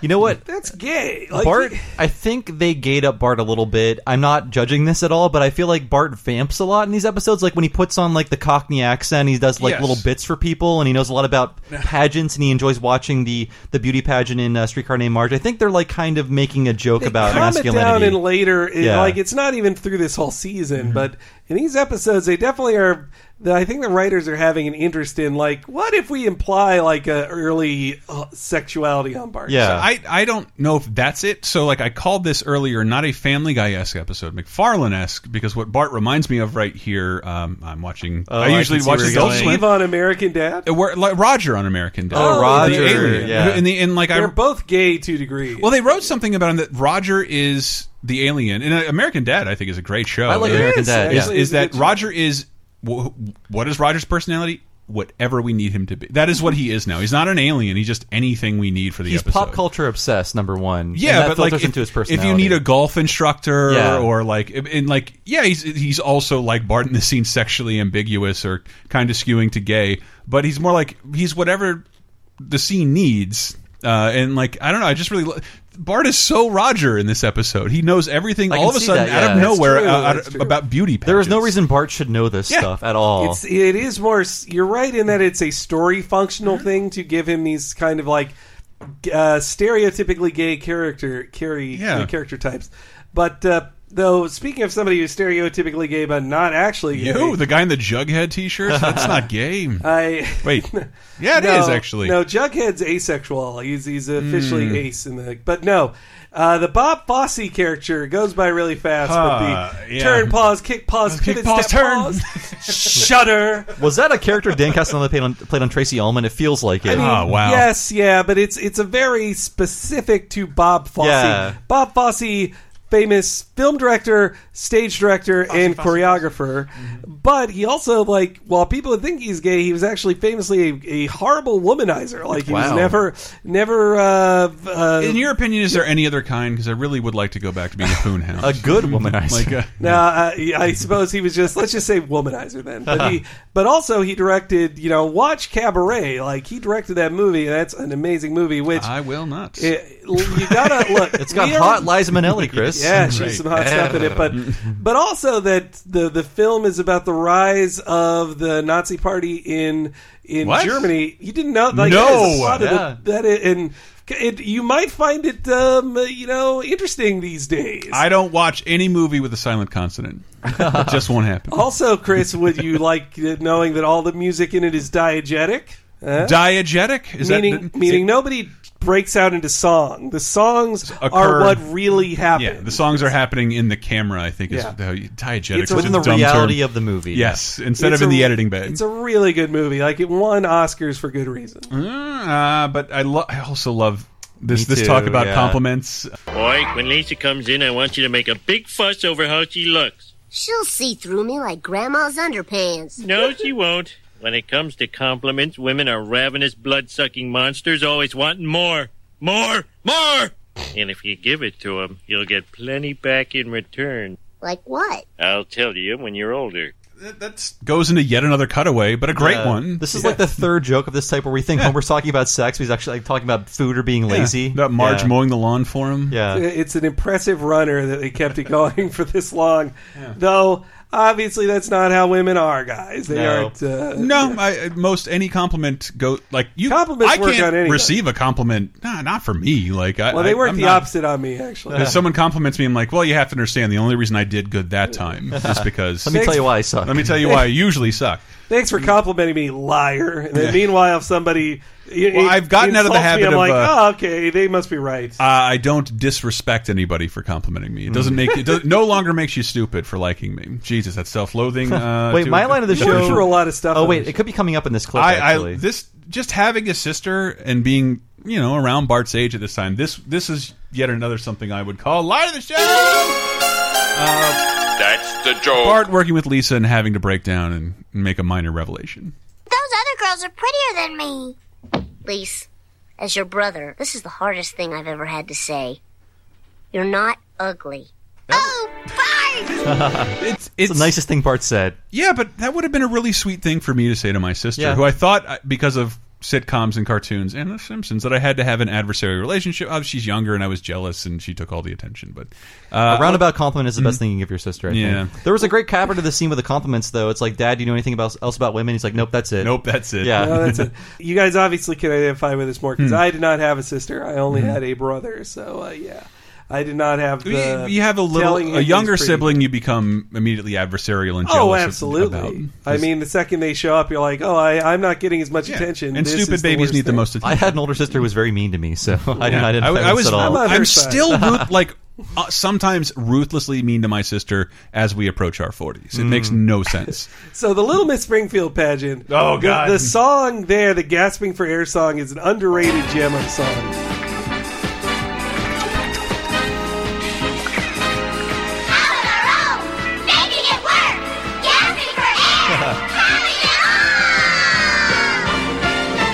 C: You know what?
D: That's gay.
C: Bart, I think they gate up Bart a little bit. I'm not judging this at all, but I feel like Bart vamps a lot in these episodes. Like when he puts on like the Cockney accent, he does like
Q: Yes.
C: little bits for people, and he knows a lot about pageants, and he enjoys watching the the beauty pageant in uh, Streetcar Named Marge. I think they're like kind of making a joke about
D: calm it
C: masculinity.
D: down and later it-
C: Yeah. Mm-hmm.
D: like it's not even through this whole season but in these episodes they definitely are the, i think the writers are having an interest in like what if we imply like a early uh, sexuality on bart
A: So
C: Uh.
A: I I don't know if that's it. So like I called this earlier not a Family Guy esque episode, McFarlane esque, because what Bart reminds me of right here, um, I'm watching.
D: Oh,
A: I usually watch Adult Swim.
D: Steve on american dad
A: Uh, Where, like Roger on American Dad.
D: Oh,
A: The
D: Roger,
A: alien.
D: yeah.
A: And the and like
D: they're
A: I
D: both gay to a degree
A: well they wrote something about him that Roger is the alien and uh, American Dad I think is a great show.
C: I like
A: Is-
C: American Dad,
A: Is,
C: yeah.
A: is that Roger is wh- what is Roger's personality? Whatever we need him to be. That is what he is now. He's not an alien. He's just anything we need for the
C: He's
A: episode.
C: pop culture obsessed, number one.
A: Yeah,
C: and that
A: but like
C: filters
A: if,
C: into his
A: if
C: personality.
A: you need a golf instructor
C: Yeah.
A: or like and like yeah, he's he's also like Bart in the scene sexually ambiguous or kind of skewing to gay, but he's more like he's whatever the scene needs. Uh, and like I don't know, I just really lo- Bart is so Roger in this episode. He knows everything
C: I can
A: all of a
C: see
A: sudden
C: that, yeah.
A: out of
C: That's
A: nowhere
C: true,
A: out- out-
C: that's true.
A: about beauty.
C: there is no reason Bart should know this
A: Yeah.
C: stuff at all.
D: It's it is more. s- You're right in that it's a story functional thing to give him these kind of like uh, stereotypically gay character carry
A: Yeah.
D: uh, character types. But uh, though, speaking of somebody who's stereotypically gay but not actually gay,
A: You, the guy in the Jughead T-shirt, that's
C: (laughs)
A: not gay. (laughs)
D: I
A: Wait, yeah, it is
D: no,
A: actually.
D: No, Jughead's asexual. He's he's officially
A: Mm.
D: ace in the. But no, uh, the Bob Fosse character goes by really fast.
C: Huh,
D: but the
C: yeah.
D: turn, pause, kick, pause, pivot,
A: pause,
D: step,
A: turn.
D: pause,
A: (laughs)
D: shudder.
C: Was that a character Dan Castellaneta played on, played on Tracy Ullman? It feels like it.
D: I mean,
A: Ah,
D: Yes, yeah, but it's it's a very specific to Bob Fosse.
C: Yeah.
D: Bob Fosse, famous film director, stage director, and choreographer. But he also like while people think he's gay, he was actually famously a, a horrible womanizer. Like he
A: Wow.
D: was never never. Uh, uh,
A: In your opinion, is there any other kind? Because I really would like to go back to
D: (laughs)
A: being a coon hound. a
C: good womanizer.
A: like uh,
D: no, I, I suppose he was just let's just say womanizer then.
C: (laughs)
D: But he, but also he directed, you know, watch Cabaret. Like he directed that movie. and That's an amazing movie. Which
A: I will not.
D: It- you gotta look.
C: (laughs) (laughs) It's got
D: we are-
C: hot Liza
D: (laughs)
C: Minnelli, Chris.
D: Yeah, she's
C: Right.
D: some hot stuff in it. But but also that the the film is about the rise of the Nazi Party in in
A: What?
D: Germany. You didn't know? Like,
A: No.
D: that is a lot of
A: Yeah.
D: the- that is- and. It, you might find it, um, you know, interesting these days.
A: I don't watch any movie with a silent consonant. it just won't
D: (laughs)
A: happen.
D: Also, Chris, would
A: (laughs)
D: you like uh, knowing that all the music in it is diegetic? Huh?
A: Diegetic is that-
D: meaning meaning nobody breaks out into song. The songs are
A: Occur-
D: what really happen.
A: Yeah, the songs are happening in the camera. I think is
D: Yeah.
A: how you, diegetic.
D: It's
A: which
D: within
A: is a
D: the
A: dumb
C: reality
A: term.
C: of the movie.
A: Yes, instead
D: It's
A: of in
D: a-
A: the editing bed.
D: It's a really good movie. Like it won Oscars for good reason.
A: Mm, uh, but I lo- I also love this
D: Me
A: this
D: too,
A: talk about
D: yeah.
A: compliments.
E: Boy, when Lisa comes in, I want you to make a big fuss over how she looks.
N: She'll see through me like Grandma's underpants.
E: No, she won't. When it comes to compliments, women are ravenous, blood sucking monsters, always wanting more, more, more! And if you give it to 'em, you'll get plenty back in return.
N: Like what?
E: I'll tell you when you're older.
A: That's Goes into yet another cutaway, but a great
C: Uh,
A: one.
C: This is like the third joke of this type where we think Homer's talking about sex, but he's actually like talking about food or being lazy.
A: About Marge Uh,
C: Yeah.
A: mowing the lawn for him.
C: Yeah.
D: (laughs) It's an impressive runner that they kept it going for this long. Though Obviously, that's not how women are, guys. They aren't. Uh,
A: no, I, most any compliment go like you.
D: Compliments
A: I
D: work
A: can't
D: on anything.
A: receive a compliment. Nah, not for me. Like, I,
D: well, they
A: I-
D: work
A: I'm
D: the
A: not-
D: opposite on me, actually.
A: If someone compliments me, I'm like, well, you have to understand. The only reason I did good that
D: (laughs)
A: time is because.
D: Let me tell you why I suck.
A: Let me tell you why I usually suck.
D: Thanks for complimenting me, liar. And then
A: Yeah.
D: meanwhile, if somebody
A: Well, I've gotten out of the
D: insults me,
A: habit
D: I'm
A: of,
D: like,
A: uh,
D: oh, okay, they must be right.
A: Uh, I don't disrespect anybody for complimenting me. It
D: Mm.
A: doesn't make it does, no longer makes you stupid for liking me. Jesus, that's self-loathing. Uh,
C: wait,
A: to-
C: my line of the
A: to-
C: show.
A: to-
C: Oh wait, it could be coming up in this clip.
A: I, I
C: actually.
A: this just having a sister and being you know around Bart's age at this time. This this is yet another something I would call lie to the show.
L: That's the joke.
A: Bart working with Lisa and having to break down and make a minor revelation.
G: Those other girls are prettier than me.
N: Lise, as your brother, this is the hardest thing I've ever had to say. You're not ugly. Oh,
A: it's,
C: it's the nicest thing Bart said.
A: Yeah, but that would have been a really sweet thing for me to say to my sister,
C: Yeah.
A: who I thought I- because of sitcoms and cartoons and The Simpsons that I had to have an adversary relationship. Oh, she's younger and I was jealous and she took all the attention. But uh, mm.
C: a roundabout compliment is the best thing you can give your sister. I
A: Yeah.
C: think. There was a great capper to the scene with the compliments, though. It's like, Dad, do you know anything about, else about women? He's like, Nope, that's it.
A: Nope, that's it.
C: Yeah,
D: No, that's it. You guys obviously can identify with this more because
C: Hmm.
D: I did not have a sister. I only
C: Mhm.
D: had a brother. So uh, yeah, I did not have. The
A: Hmm. you have a
D: telling
A: little a
D: him
A: younger
D: he's pretty.
A: sibling, you become immediately adversarial and jealous.
D: Oh,
A: of-
D: absolutely.
A: about.
D: I mean, the second they show up, you're like, oh, I, I'm not getting as much attention.
A: And
D: This
A: stupid
D: is the
A: babies
D: worst
A: need the
D: thing.
A: most attention.
C: I had an older sister who was very mean to me, so (laughs) I did not
A: Yeah.
C: identify with
A: I was.
C: this at all.
A: I'm,
D: her side.
A: still
D: (laughs)
A: root, like uh, sometimes ruthlessly mean to my sister as we approach our 40s. It
D: Mm.
A: makes no sense.
D: So the Little Miss Springfield pageant.
A: Oh,
D: the-
A: God.
D: The, song there, the gasping for air song, is an underrated gem of a song.
G: Making it work! Gasping for
A: (laughs)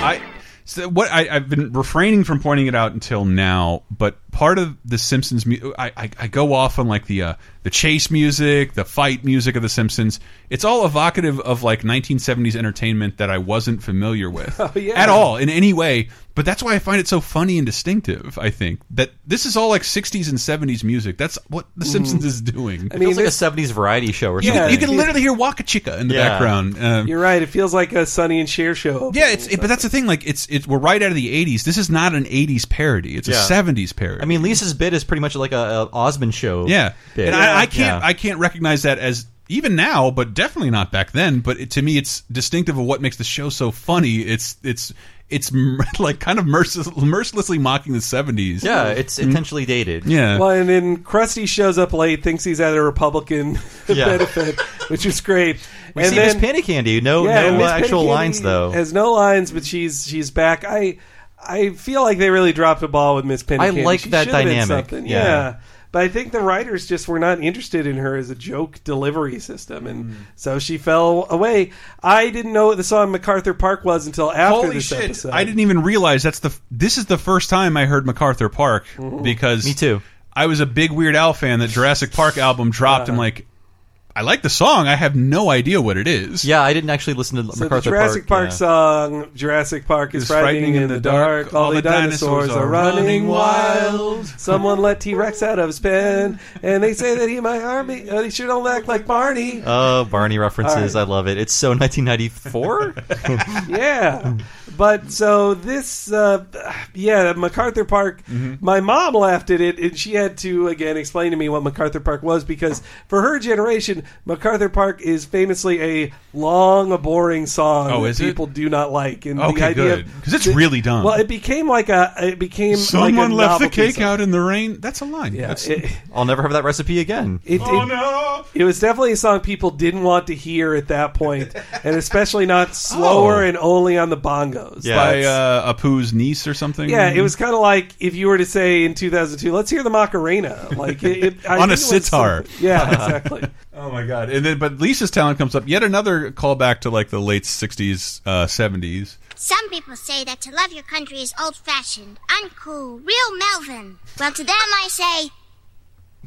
A: I so what I, I've been refraining from pointing it out until now, but part of the Simpsons, mu I, I I go off on like the uh, the chase music, the fight music of the Simpsons. It's all evocative of like 1970s entertainment that I wasn't familiar
D: (laughs)
A: with
D: Oh, yeah.
A: at all in any way. But that's why I find it so funny and distinctive. I think that this is all like 60s and 70s music. That's what the Simpsons is doing.
D: Mm-hmm. I mean, Feels like a this-
C: '70s variety show or
A: you,
D: something.
A: You can literally hear Waka Chica in the
D: Yeah.
A: background. Um,
D: You're right. It feels like a Sonny and Cher show.
A: yeah, it's it, but that's the thing. Like it's it's we're right out of the '80s. This is not an '80s parody. It's
C: Yeah.
A: a '70s parody.
C: I mean, Lisa's bit is pretty much like a, a Osmond show.
A: yeah,
C: bit.
A: and I, I
C: Yeah.
A: can't I can't recognize that as even now, but definitely not back then. But it, to me, it's distinctive of what makes the show so funny. It's it's it's (laughs) m- like kind of mercil mercilessly mocking the '70s.
C: Yeah, it's
A: Mm.
D: Mm-hmm.
C: intentionally dated.
A: Yeah.
D: Well, and then Krusty shows up late, thinks he's at a Republican
C: Yeah.
D: benefit, (laughs) which is great.
C: We
D: and
C: see
D: then,
C: Miss Panty Candy. No,
D: Yeah, and
C: no
D: Miss
C: uh, actual
D: Petty
C: lines
D: Candy
C: though.
D: Has no lines, but she's she's back. I I feel like they really dropped the ball with Miss Penny.
C: I
D: Candy.
C: like
D: She
C: that
D: should have been
C: dynamic,
D: something.
C: yeah.
D: Yeah. But I think the writers just were not interested in her as a joke delivery system, and
C: Hmm.
D: so she fell away. I didn't know what the song MacArthur Park was until after
A: Holy
D: this
A: shit!
D: episode.
A: I didn't even realize that's the. This is the first time I heard MacArthur Park
D: Mm-hmm.
A: because me too. I was a big Weird Al fan. That Jurassic Park album dropped. I'm like, I like the song. I have no idea what it is.
C: Yeah, I didn't actually listen to
D: So the Jurassic Park, song, Jurassic Park is
A: It's
D: frightening, in, the, dark. All the dinosaurs, are running wild. Someone let T Rex out of his pen, and they say that he might harm me. Oh, he sure don't act like Barney.
C: Oh, Barney references.
D: (laughs) All
C: I love it. It's so
D: (laughs)
C: 1994.
D: yeah. But so this, uh, yeah, MacArthur Park. My mom laughed at it, and she had to again explain to me what MacArthur Park was because for her generation, MacArthur Park is famously a long, boring song
A: Oh,
D: that
A: is it?
D: people do not like. And
A: Okay,
D: the idea
A: good. 'Cause it's really dumb.
D: Well, it became like a. It became like
A: Someone
D: a
A: left the
D: novelty
A: cake
D: song.
A: out in the rain. That's a line.
D: Yeah,
A: That's-
D: it-
C: I'll never have that recipe again.
D: It, it- it was definitely a song people didn't want to hear at
C: (laughs)
D: that point, and especially not slower and only on the bongos.
A: Oh, yeah, by uh, Apu's niece or something.
D: Yeah, it was kind of like if you were to say in 2002, let's hear the Macarena, like it, it,
C: (laughs)
A: on
D: I think it
A: a
D: was
A: sitar.
D: something- Yeah, exactly.
A: oh my god! And then, but Lisa's talent comes up. Yet another callback to like the late '60s, uh, '70s.
G: Some people say that to love your country is old fashioned, uncool, real Melvin. Well, to them I say,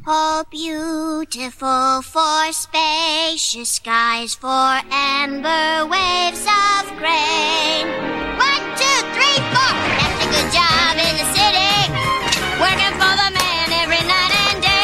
G: Oh, beautiful for spacious skies, for amber waves of grain. One, two, three, four. That's a good job in the city. Working for the man every night and day.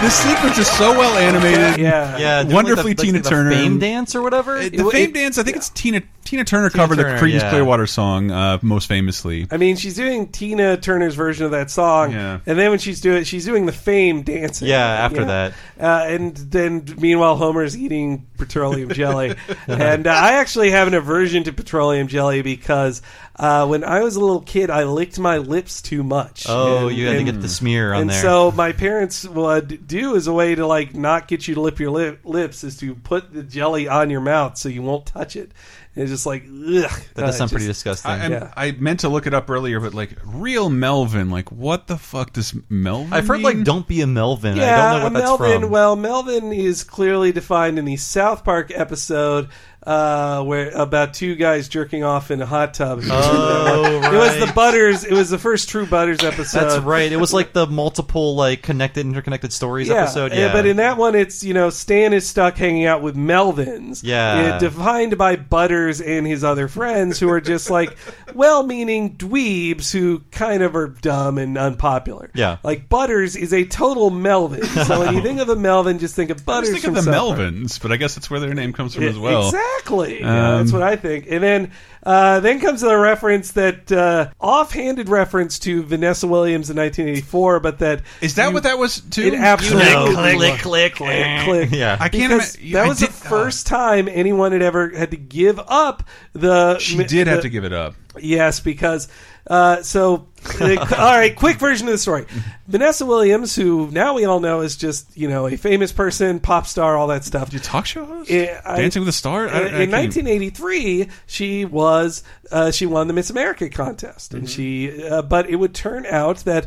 A: This sequence is so well animated.
D: Yeah,
C: Yeah, doing
A: wonderfully
C: like the-
A: Tina
C: like the
A: Turner.
C: Fame dance or whatever.
A: The Fame Dance. I think it's Tina Tina Turner covered
C: Turner,
A: the Creedence
C: yeah.
A: Clearwater song uh, most famously.
D: I mean, she's doing Tina Turner's version of that song,
A: Yeah.
D: and then when she's doing, she's doing the Fame dancing.
C: Yeah, after
D: you know?
C: that.
D: uh, and then meanwhile Homer's eating petroleum jelly, and uh, I actually have an aversion to petroleum jelly because uh, when I was a little kid, I licked my lips too much.
C: Oh,
D: And-
C: you had to
D: and-
C: get the smear on
D: and
C: there.
D: so my parents would do as a way to like not get you to lip your lip, lips is to put the jelly on your mouth so you won't touch it. And it's just like ugh. Uh, it just-
A: I, I'm-
D: Yeah.
A: I meant to look it up earlier, but like real Melvin, like what the fuck does Melvin?
D: I've heard,
A: mean?
D: like,
C: don't be a Melvin.
D: Mm-hmm. yeah, Melvin. Well, Melvin is clearly defined in the South Park episode uh, where about two guys jerking off in a hot tub. If you remember.
C: Oh, right.
D: It was the Butters. It was the first True Butters episode.
C: That's right. It was like the multiple like connected interconnected stories episode. Yeah,
D: but in that one, it's you know Stan is stuck hanging out with Melvins.
C: Yeah.
D: uh, defined by Butters and his other friends who are just
C: (laughs)
D: like well-meaning dweebs who kind of are dumb and unpopular.
C: Yeah.
D: like Butters is a total Melvin. So
C: (laughs)
D: when you think of a Melvin, just think of
A: I
D: Butters.
A: was thinking
D: from
A: of the
D: South Park.
A: Melvins, but I guess that's where their name comes from as well.
D: Exactly. Yeah,
A: Um,
D: that's what I think. And then uh, then comes the reference that uh, offhanded reference to Vanessa Williams in 1984, but that
A: is that what that was too?
D: It absolutely
A: Click, click,
D: click, click,
C: (laughs)
D: click.
A: Yeah. I can't
D: Because
A: imma-
D: that
A: I
D: was
A: did- uh, oh.
D: the first time anyone had ever had to give up the.
A: She did have
D: the-
A: to give it up.
D: Yes, because uh, so all right. Quick version of the story: Vanessa Williams, who now we all know is just you know a famous person, pop star, all that stuff. Your
A: talk show host,
D: Dancing
A: with the Star. I-
D: In,
A: I
D: in
A: can't-
D: 1983, she was uh, she won the Miss America contest, and she. Uh, but it would turn out that.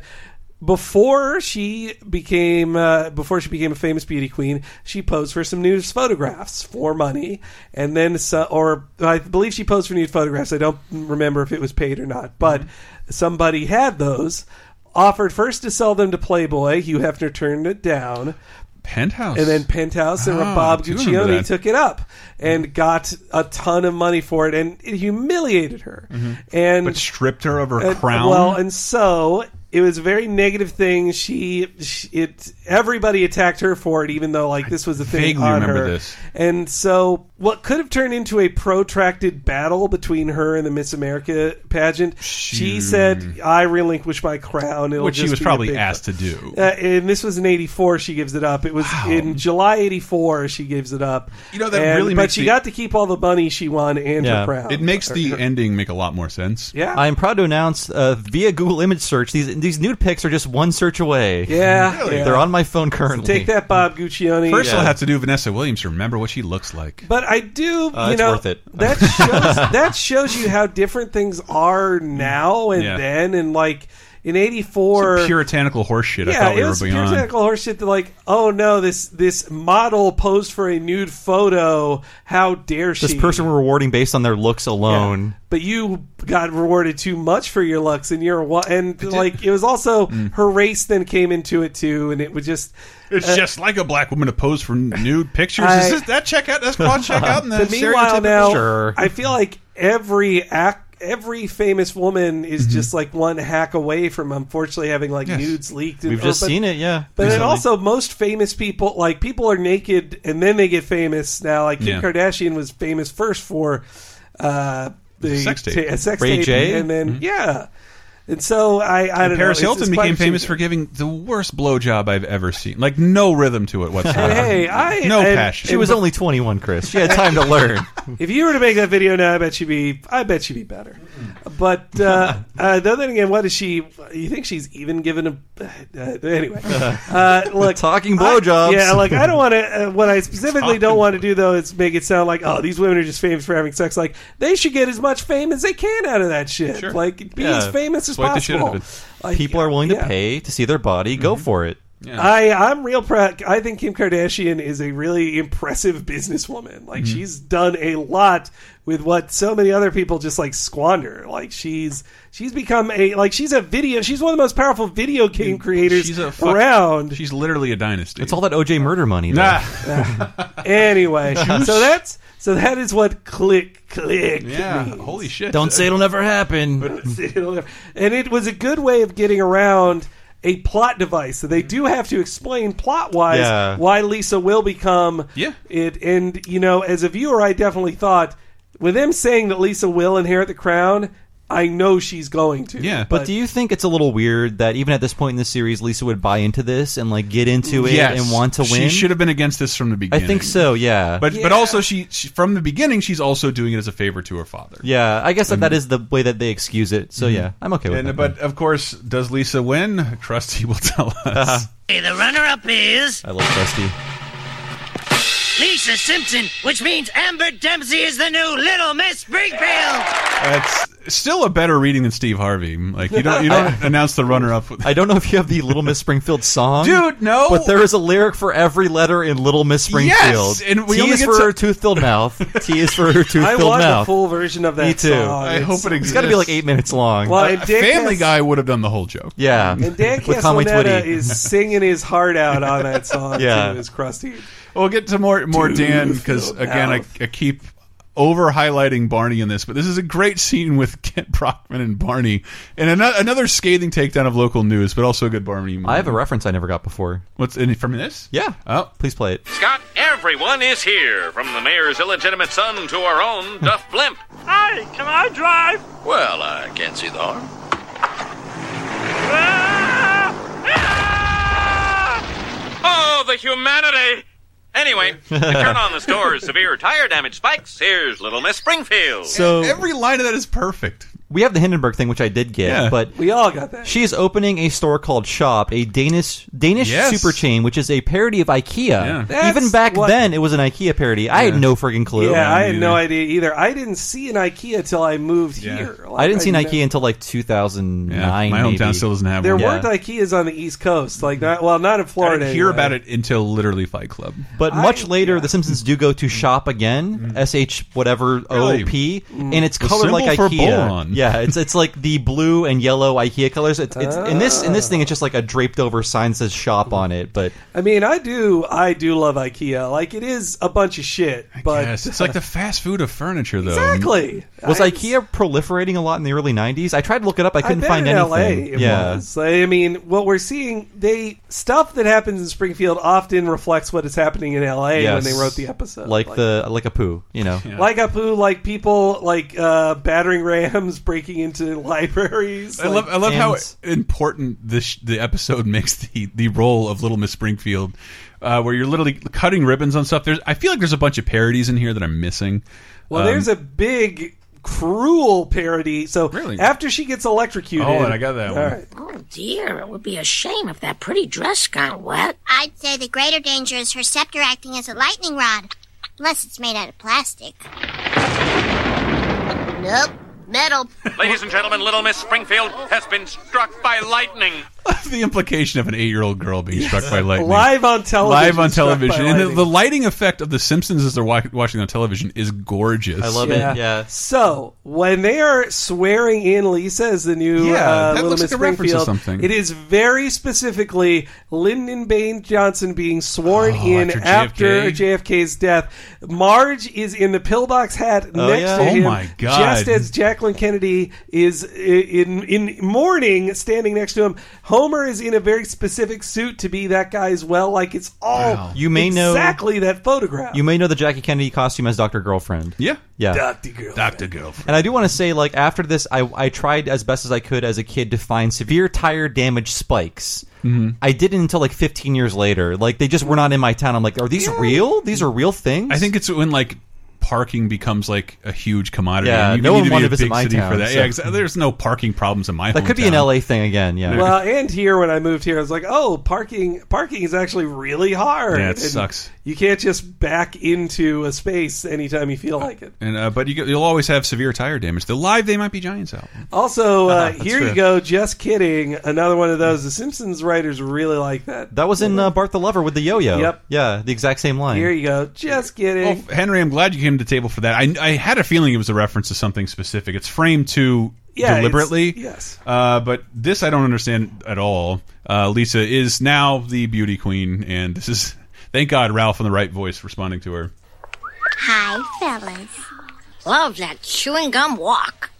D: Before she became uh, before she became a famous beauty queen, she posed for some nude photographs for money, and then so, or I believe she posed for nude photographs. I don't remember if it was paid or not, but somebody had those. Offered first to sell them to Playboy. Hugh Hefner turned it down.
A: Penthouse.
D: And then Penthouse and
A: Ah,
D: Bob
A: I do remember
D: Guccione
A: that.
D: took it up and got a ton of money for it, and it humiliated her.
A: Mm-hmm.
D: And
A: But stripped her of her
D: and-
A: crown.
D: Well, and so it was a very negative thing. She, she it everybody attacked her for it, even though like this was a thing
A: vaguely
D: on
A: remember
D: her.
A: this.
D: And so what could have turned into a protracted battle between her and the Miss America pageant, she said, "I relinquish my crown." It'll
A: Hmm. which she
D: just
A: was
D: be a
A: probably
D: big
A: asked to do.
D: uh, and this was in '84. She gives it up. It was in July '84. She gives it up.
A: You know, that
D: And-
A: really
D: But
A: makes
D: she
A: the-
D: got to keep all the money she won and her crown.
A: It makes
D: Or-
A: the ending make a lot more sense.
D: Yeah.
C: I'm proud to announce uh, via Google image search these these nude pics are just one search away.
D: Yeah, Really?
C: they're
D: yeah.
C: on my phone currently.
D: take that, Bob Guccione.
A: First, I'll have to do Vanessa Williams. to Remember what she looks like.
D: But I do,
A: Uh,
D: you
A: it's
D: know,
A: worth it.
D: that shows that shows you how different things
A: (laughs)
D: are now and
A: Yeah.
D: then, and like in
A: Some
D: '84.
A: puritanical horseshit. I
D: Yeah,
A: thought we
D: it
A: were
D: was
A: beyond.
D: puritanical horseshit. That like, oh no, this this model posed for a nude photo. How dare she?
C: This person we're rewarding based on their looks alone.
D: (laughs) but you got rewarded too much
A: (laughs)
D: for your looks and your wa- and like it was also
A: Mm.
D: her race then came into it too and it was just
A: It's
D: uh,
A: just like a black woman to pose for nude pictures.
D: I-
A: Is this, that check out? That's cross check
D: (laughs)
A: out. And
D: but
A: that's
D: meanwhile
A: stereotypical-
D: now
A: Sure.
D: I feel like every act every famous woman is
A: Mm-hmm.
D: just like one hack away from unfortunately having like nudes leaked and-
C: We've just
D: oh, but-
C: seen it, yeah.
D: but then
C: Recently.
D: also most famous people like people are naked and then they get famous now like Kim
C: Yeah.
D: Kardashian was famous first for uh the
A: Sex tape.
D: a sex
A: Ray
D: tape,
A: J?
D: and then
A: (laughs)
D: yeah and so I I
A: And
D: don't
A: Paris
D: know it's-
A: Hilton
D: it's quite
A: became famous
D: confusing.
A: for giving the worst blowjob I've ever seen. Like no rhythm to it whatsoever.
D: Hey, I-
A: no
D: and-
A: passion.
D: She was only
C: 21, Chris. She had time to learn.
D: if you were to make that video now, I bet she'd be. I bet she'd be better. But uh, uh, the other thing, and what is she? You think she's even given a? Uh, anyway, uh, look,
C: Talking
D: I-
C: blowjobs.
D: yeah, like I don't want to. Uh, what I specifically
C: Talking
D: don't want to do though is make it sound like, oh, these women are just famous for having sex. Like they should get as much fame as they can out of that shit.
G: (laughs)
D: Like be as famous as possible. Like,
C: People are willing to
D: yeah.
C: pay to see their body. Go for it.
D: I I'm real proud. I think Kim Kardashian is a really impressive businesswoman. Like
A: Mm-hmm.
C: Mhm.
D: she's done a lot with what so many other people just like squander. Like she's she's become a like she's a video. She's one of the most powerful video game creators
A: She's a fuck-
D: around.
A: She's literally a dynasty. (laughs)
C: It's all that OJ murder money. Though.
A: Nah. (laughs)
D: anyway, so that's so that is what click click.
A: Yeah,
D: means.
A: holy shit.
D: (laughs)
C: Don't say it'll never happen.
D: It'll never- and it was a good way of getting around a plot device. So they
A: Mm-hmm.
D: do have to explain plot wise
C: Yeah.
D: why Lisa will become
A: yeah.
D: it. And you know, as a viewer, I definitely thought with them saying that Lisa will inherit the crown, I know she's going to.
C: But, do you think it's a little weird that even at this point in the series, Lisa would buy into this and like get into it
A: Yes.
C: and want to
A: She
C: win?
A: should have been against this from the
C: I
A: beginning.
C: think so. Yeah.
A: But but also she, she from the beginning she's also doing it as a favor to her father.
C: yeah, I guess that, that
A: Mhm.
C: is the way that they excuse it. So yeah, I'm okay with
A: Mm-hmm. and,
C: that.
A: But of course, does Lisa win? Trusty will tell
C: Uh-huh.
A: us.
B: Okay, the runner-up is
C: I love Trusty.
B: Lisa Simpson, which means Amber Dempsey is the new Little Miss Springfield.
A: That's still a better reading than Steve Harvey. Like
C: (laughs)
A: you don't you don't announce the runner up.
C: I don't know if you have the Little Miss Springfield song,
A: Dude, no.
C: But there is a lyric for every letter in Little Miss Springfield.
A: Yes, and we
C: T
A: only
C: is
A: get
C: for
A: to-
C: her tooth-filled mouth. T is
A: (laughs)
C: for her tooth-filled
D: I
C: mouth.
D: want the full version of that
C: Me too.
D: song.
C: I hope it
D: It's-
C: It's got to be like eight minutes long.
D: Well, and Dick
A: Family
D: has-
A: Guy would have done the whole joke.
C: Yeah,
D: And Dan
A: With Conway
D: Castellaneta
A: Twitty.
D: is singing his heart out
C: (laughs)
D: on that song.
A: Yeah.
D: too, as Krusty.
A: We'll get to more more
D: Dude,
A: Dan because
D: no
A: again I,
D: doubt.
A: I keep over highlighting Barney in this, but this is a great scene with (laughs) Kent Brockman and Barney, and another, another scathing takedown of local news, but also a good Barney. Moment.
C: I have a reference I never got before.
A: What's in from this?
C: Yeah.
A: Oh,
C: please play it.
K: Scott, everyone is here, from the mayor's illegitimate son to our own Duff Blimp.
B: Hi, can I drive?
K: Well, I can't see the harm.
B: Ah!
K: Oh, the humanity! Anyway, to turn on the store's severe tire damage spikes, here's Little Miss Springfield.
C: So-
A: every line of that is perfect.
C: We have the Hindenburg thing, which I did get,
A: Yeah.
C: but
D: we all got that.
C: She is opening a store called Shop, a Danish Danish
A: Yes.
C: super chain, which is a parody of IKEA.
D: That's
C: Even back
D: what-
C: then, it was an IKEA parody. I had no friggin' clue.
D: Yeah, I had no idea either. I didn't see an IKEA till I moved here. Like,
C: I didn't see an
D: know-
C: IKEA until like 2009.
A: Yeah, my hometown
C: maybe.
A: still doesn't have
D: There
A: one.
D: weren't IKEAs on the East Coast. Like, not, well, not in
A: I
D: Florida.
A: didn't hear
D: anyway.
A: about it until literally Fight Club.
C: But much later, the Simpsons do go to shop again, sh whatever
A: Mm. Really?
C: o p,
A: Mm.
C: and it's
A: The
C: colored like
A: symbol for
C: IKEA.
A: boron.
C: Yeah, it's it's like the blue and yellow IKEA colors. It's, it's in this in this thing, it's just like a draped over sign that says shop on it. But
D: I mean, I do. I do love IKEA. Like, it is a bunch of shit. But
A: Yes, it's like the fast food of furniture, though.
D: exactly.
C: was
D: I-
C: IKEA proliferating a lot in the early '90s? I tried to look it up. I couldn't
D: bet
C: find
D: in
C: anything.
D: LA it
C: yeah,
D: was. I mean, what we're seeing, they stuff that happens in Springfield often reflects what is happening in LA when
C: Yes.
D: they wrote the episode.
C: like, the like a poo, you know.
D: Like Apu, like people like uh, battering rams (laughs) breaking into libraries.
A: I
D: like-
A: love I love how important this the episode (laughs) makes the the role of Little Miss Springfield, uh, where you're literally cutting ribbons on stuff. There's I feel like there's a bunch of parodies in here that I'm missing.
D: Well,
A: Um,
D: there's a big cruel parody. So after she gets electrocuted,
A: Oh, and I got that
D: All
A: one.
D: right.
M: Oh dear, it would be a shame if that pretty dress got wet.
G: I'd say the greater danger is her scepter acting as a lightning rod, unless it's made out of plastic. Nope, metal.
K: Ladies and gentlemen, Little Miss Springfield has been struck by lightning.
A: (laughs) the implication of an eight year old girl being struck by lightning
D: Live on television,
A: Live on
D: struck by
A: television, and the,
D: lightning.
A: the lighting effect of The Simpsons as they're wa- watching on television is gorgeous.
D: So when they are swearing in Lisa as the new
A: Yeah,
D: uh,
A: that
D: Little
A: looks
D: Miss
A: like a reference to
D: Springfield,
A: something.
D: it is very specifically Lyndon Baines Johnson being sworn in
A: Oh, after
D: after,
A: JFK?
D: JFK's death. Marge is in the pillbox hat
A: Oh,
D: next
A: yeah?
D: to
A: Oh,
D: him,
A: my God.
D: just as Jacqueline Kennedy is i- in in mourning, standing next to him. Homer is in a very specific suit to be that guy as well. Like it's all
C: You may know-
D: exactly that photograph.
C: You may know the Jackie Kennedy costume as Doctor Girlfriend.
A: Yeah,
C: yeah.
D: Dr. Girl.
A: Doctor Girl.
C: And I do want to say, like, after this, I, I tried as best as I could as a kid to find severe tire damage spikes.
D: Mm-hmm.
A: Mhm.
C: I didn't until like 15 years later. Like, they just were not in my town. I'm like, are these real? These are real things?
A: I think it's when like parking becomes like a huge commodity.
C: Yeah,
A: and you
C: no
A: need
C: one wanted
A: to be a
C: to visit
A: big
C: my
A: city for
C: town,
A: that.
C: so-
A: Yeah, exactly. There's no parking problems in my.
C: that could be an
A: hometown.
C: LA thing again. Yeah.
D: Well, and here when I moved here, I was like, "Oh, parking parking is actually really hard.
A: Yeah, it
D: And
A: sucks.
D: You can't just back into a space anytime you feel like it."
A: And uh, but you, get- you'll always have severe tire damage. The live they might be Giants out. (laughs)
D: Also, uh,
A: Ah, That's
D: here
A: fair.
D: you go. Just kidding. Another one of those. The Simpsons writers really like that.
C: that was in uh, Bart the Lover with the yo yo.
D: Yep.
C: Yeah, the exact same line.
D: Here you go. Just kidding.
A: Well, Oh, Henry, I'm glad you came to the table for that. I, I had a feeling it was a reference to something specific. It's framed to
D: Yeah, it's-
A: deliberately.
D: yes.
A: Uh, but this I don't understand at all. Uh, Lisa is now the beauty queen, and this is thank God Ralph in the right voice responding to her.
G: Hi, fellas.
N: Love that chewing gum walk.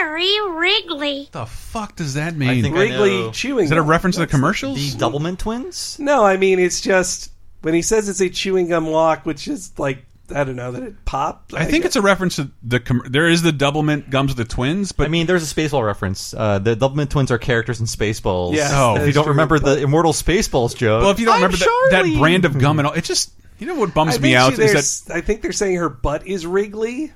G: Very wriggly.
A: The fuck does that mean?
D: think I Wrigley know. chewing
A: Is that a
D: gum.
A: reference to the commercials?
C: The Doublemint twins?
D: No, I mean it's just when he says it's a chewing gum lock, which is like I don't know that it popped.
A: I think it's a reference to the. Com- there is the Doublemint gums of the twins, but
C: I mean, there's a Spaceball reference. Uh, the Doublemint twins are characters in Spaceballs.
A: Yes, Oh. that
C: if you
A: is
C: don't
A: true,
C: remember the immortal Spaceballs joke,
A: well, if you don't remember that, that brand of gum and all, it just you know what bums
D: I
A: me
D: think
A: out
D: she-
A: is
D: there's- I think they're saying her butt is wriggly.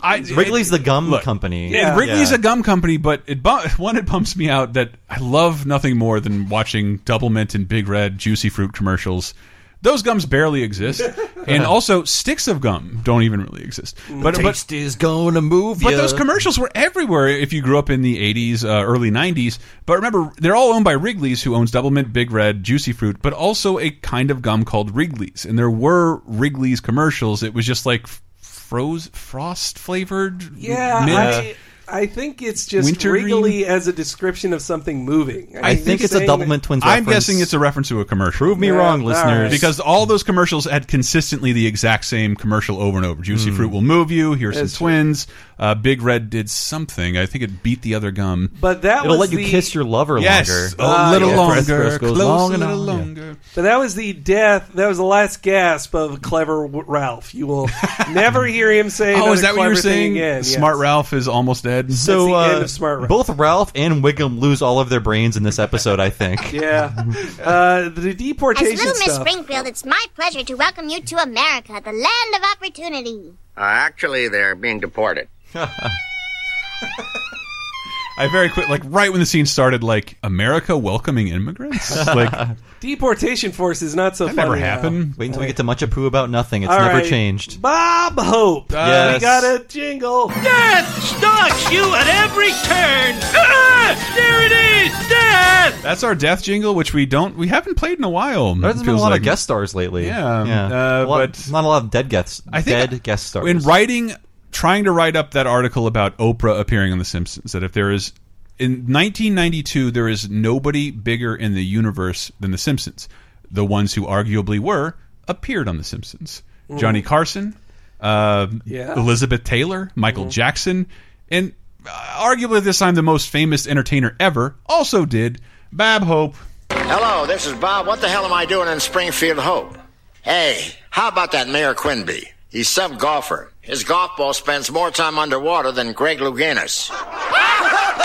A: I,
C: that Wrigley's the gum
A: Look,
C: company.
A: Yeah, Wrigley's a gum company, but it bu- (laughs) one it bumps me out that I love nothing more than watching Double Mint and Big Red Juicy Fruit commercials. Those gums barely exist, and also sticks of gum don't even really exist. But but
C: taste is going to move.
A: but
C: ya.
A: those commercials were everywhere if you grew up in the 80s, uh, early 90s. But remember, they're all owned by Wrigley's, who owns Double Mint, Big Red, Juicy Fruit, but also a kind of gum called Wrigley's. And there were Wrigley's commercials. It was just like f- froze frost flavored.
D: Yeah,
A: mint.
D: I, I think it's just
A: Wintergreen?
D: wriggly as a description of something moving.
A: I think
D: they're
A: it's a
D: saying
A: double
D: that-
A: mint twins I'm guessing it's a reference to a commercial. Prove
C: me Yeah, wrong, all listeners. right.
A: Because all those commercials had consistently the exact same commercial over and over. Juicy
C: Mm.
A: fruit will move you. Here's
D: That's
A: some twins. Uh, Big Red did something. I think it beat the other gum.
D: But that
C: It'll
D: was
C: let you
D: the-
C: kiss your lover
A: Yes,
C: longer. Ah, Oh,
A: a little longer,
C: Press goes
A: close,
C: long
A: a
C: and
A: little
C: on.
A: longer.
D: But that was the death. That was the last gasp of clever W- Ralph. You
A: (laughs)
D: will never hear him say.
A: Oh, is
D: another
A: that what you
D: clever
A: were
D: thing
A: saying?
D: Again. yes.
A: Smart Ralph is almost dead.
C: So
D: That's the end
C: uh,
D: of Smart Ralph.
C: both Ralph and Wiggum lose all of their brains in this episode. I (laughs) think.
D: Yeah.
A: (laughs)
D: Uh, the
G: As
D: deportation
G: Little Miss
D: stuff.
G: Springfield, it's my pleasure to welcome you to America, the land of opportunity.
F: Uh, actually, they're being deported.
A: I very quick, like right when the scene started, like America welcoming immigrants.
C: (laughs)
A: like
D: deportation force is not so
A: that
D: funny.
A: never
D: now.
A: happened.
C: Wait until we get to Mucha Poo about nothing. It's
D: All
C: never
D: right.
C: changed.
D: Bob Hope.
C: Yes.
D: We got a jingle.
B: Death stalks you at every turn. Ah, there it is, death.
A: That's our death jingle, which we don't, we haven't played in a while.
C: There hasn't been a
A: Feels
C: lot
A: like-
C: of guest stars lately.
A: Yeah,
C: yeah.
A: uh,
C: A lot-
A: but-
C: not a lot of dead guests.
A: I think-
C: dead guest stars.
A: in writing trying to write up that article about Oprah appearing on The Simpsons that if there is in 1992 there is nobody bigger in the universe than The Simpsons. The ones who arguably were appeared on The Simpsons.
Q: Mm.
A: Johnny Carson, uh,
Q: Yeah.
A: Elizabeth Taylor, Michael Jackson, and uh, arguably at this time the most famous entertainer ever also did Bab Hope.
R: Hello, this is Bob. What the hell am I doing in Springfield Hope? Hey, how about that Mayor Quinby? He's some golfer. His golf ball spends more time underwater than Greg
F: (laughs)
R: Louganis.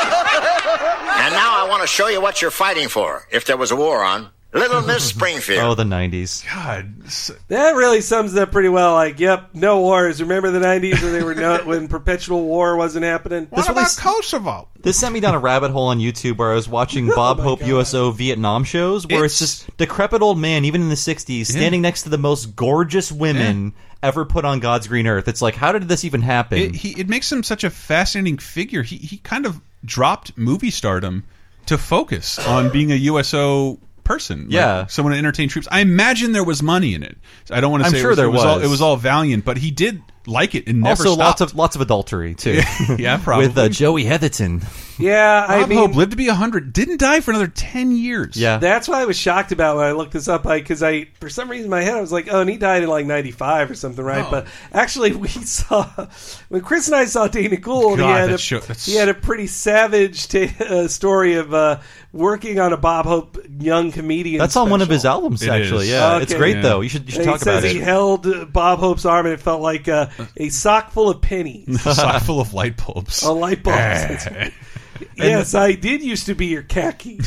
R: and now I want to show you what you're fighting for, if there was a war on. Little Miss Springfield.
C: Oh, the '90s.
A: God,
D: That really sums it up pretty well. Like, yep, no wars. Remember the '90s when they were no,
C: (laughs)
D: when perpetual war wasn't happening.
A: What about Kosovo?
C: This sent me down a rabbit hole on YouTube where I was
A: (laughs) Oh
C: watching Bob Hope USO Vietnam shows where it's, just decrepit old man, even in the 60s, standing next to the most gorgeous women ever put on God's green earth. It's like, how did this even happen?
A: It, he, it makes him such a fascinating figure. He he kind of dropped movie stardom to focus on being a USO person. like
C: Yeah.
A: someone to entertain troops. I imagine there was money in it. I don't want to
C: I'm
A: say
C: sure
A: it was,
C: there
A: it was. all,
C: was.
A: it was all valiant, but he did like it and never
C: also,
A: stopped.
C: lots of lots of adultery too.
A: Yeah,
D: (laughs)
C: (laughs)
A: probably.
C: with uh, Joey Heatherton.
D: Yeah, I
A: Bob
D: mean,
A: Hope lived to be hundred, didn't die for another ten years. (laughs)
C: Yeah.
D: That's what I was shocked about when I looked this up. Like, because I, for some reason, in my head I was like, oh, and he died in like '95 or something,
C: Oh.
D: right? But actually, we (laughs) saw when Chris and I saw Dana Gould.
A: God,
D: he had
A: that
D: a
A: show- that's-
D: he had a pretty savage ta uh, story of uh, working on a Bob Hope young comedian.
C: That's on one of
D: special.
C: his albums,
A: It
C: actually.
A: is.
C: Yeah,
D: Okay.
C: it's great though. You should you should
D: And
C: talk
D: he says
C: about it.
D: He held uh, Bob Hope's arm, and it felt like uh, a sock full of pennies.
A: Sock full of light bulbs. Eh.
D: Oh, light bulbs. That's right. yes, I did used to be
C: (laughs)
D: your khaki.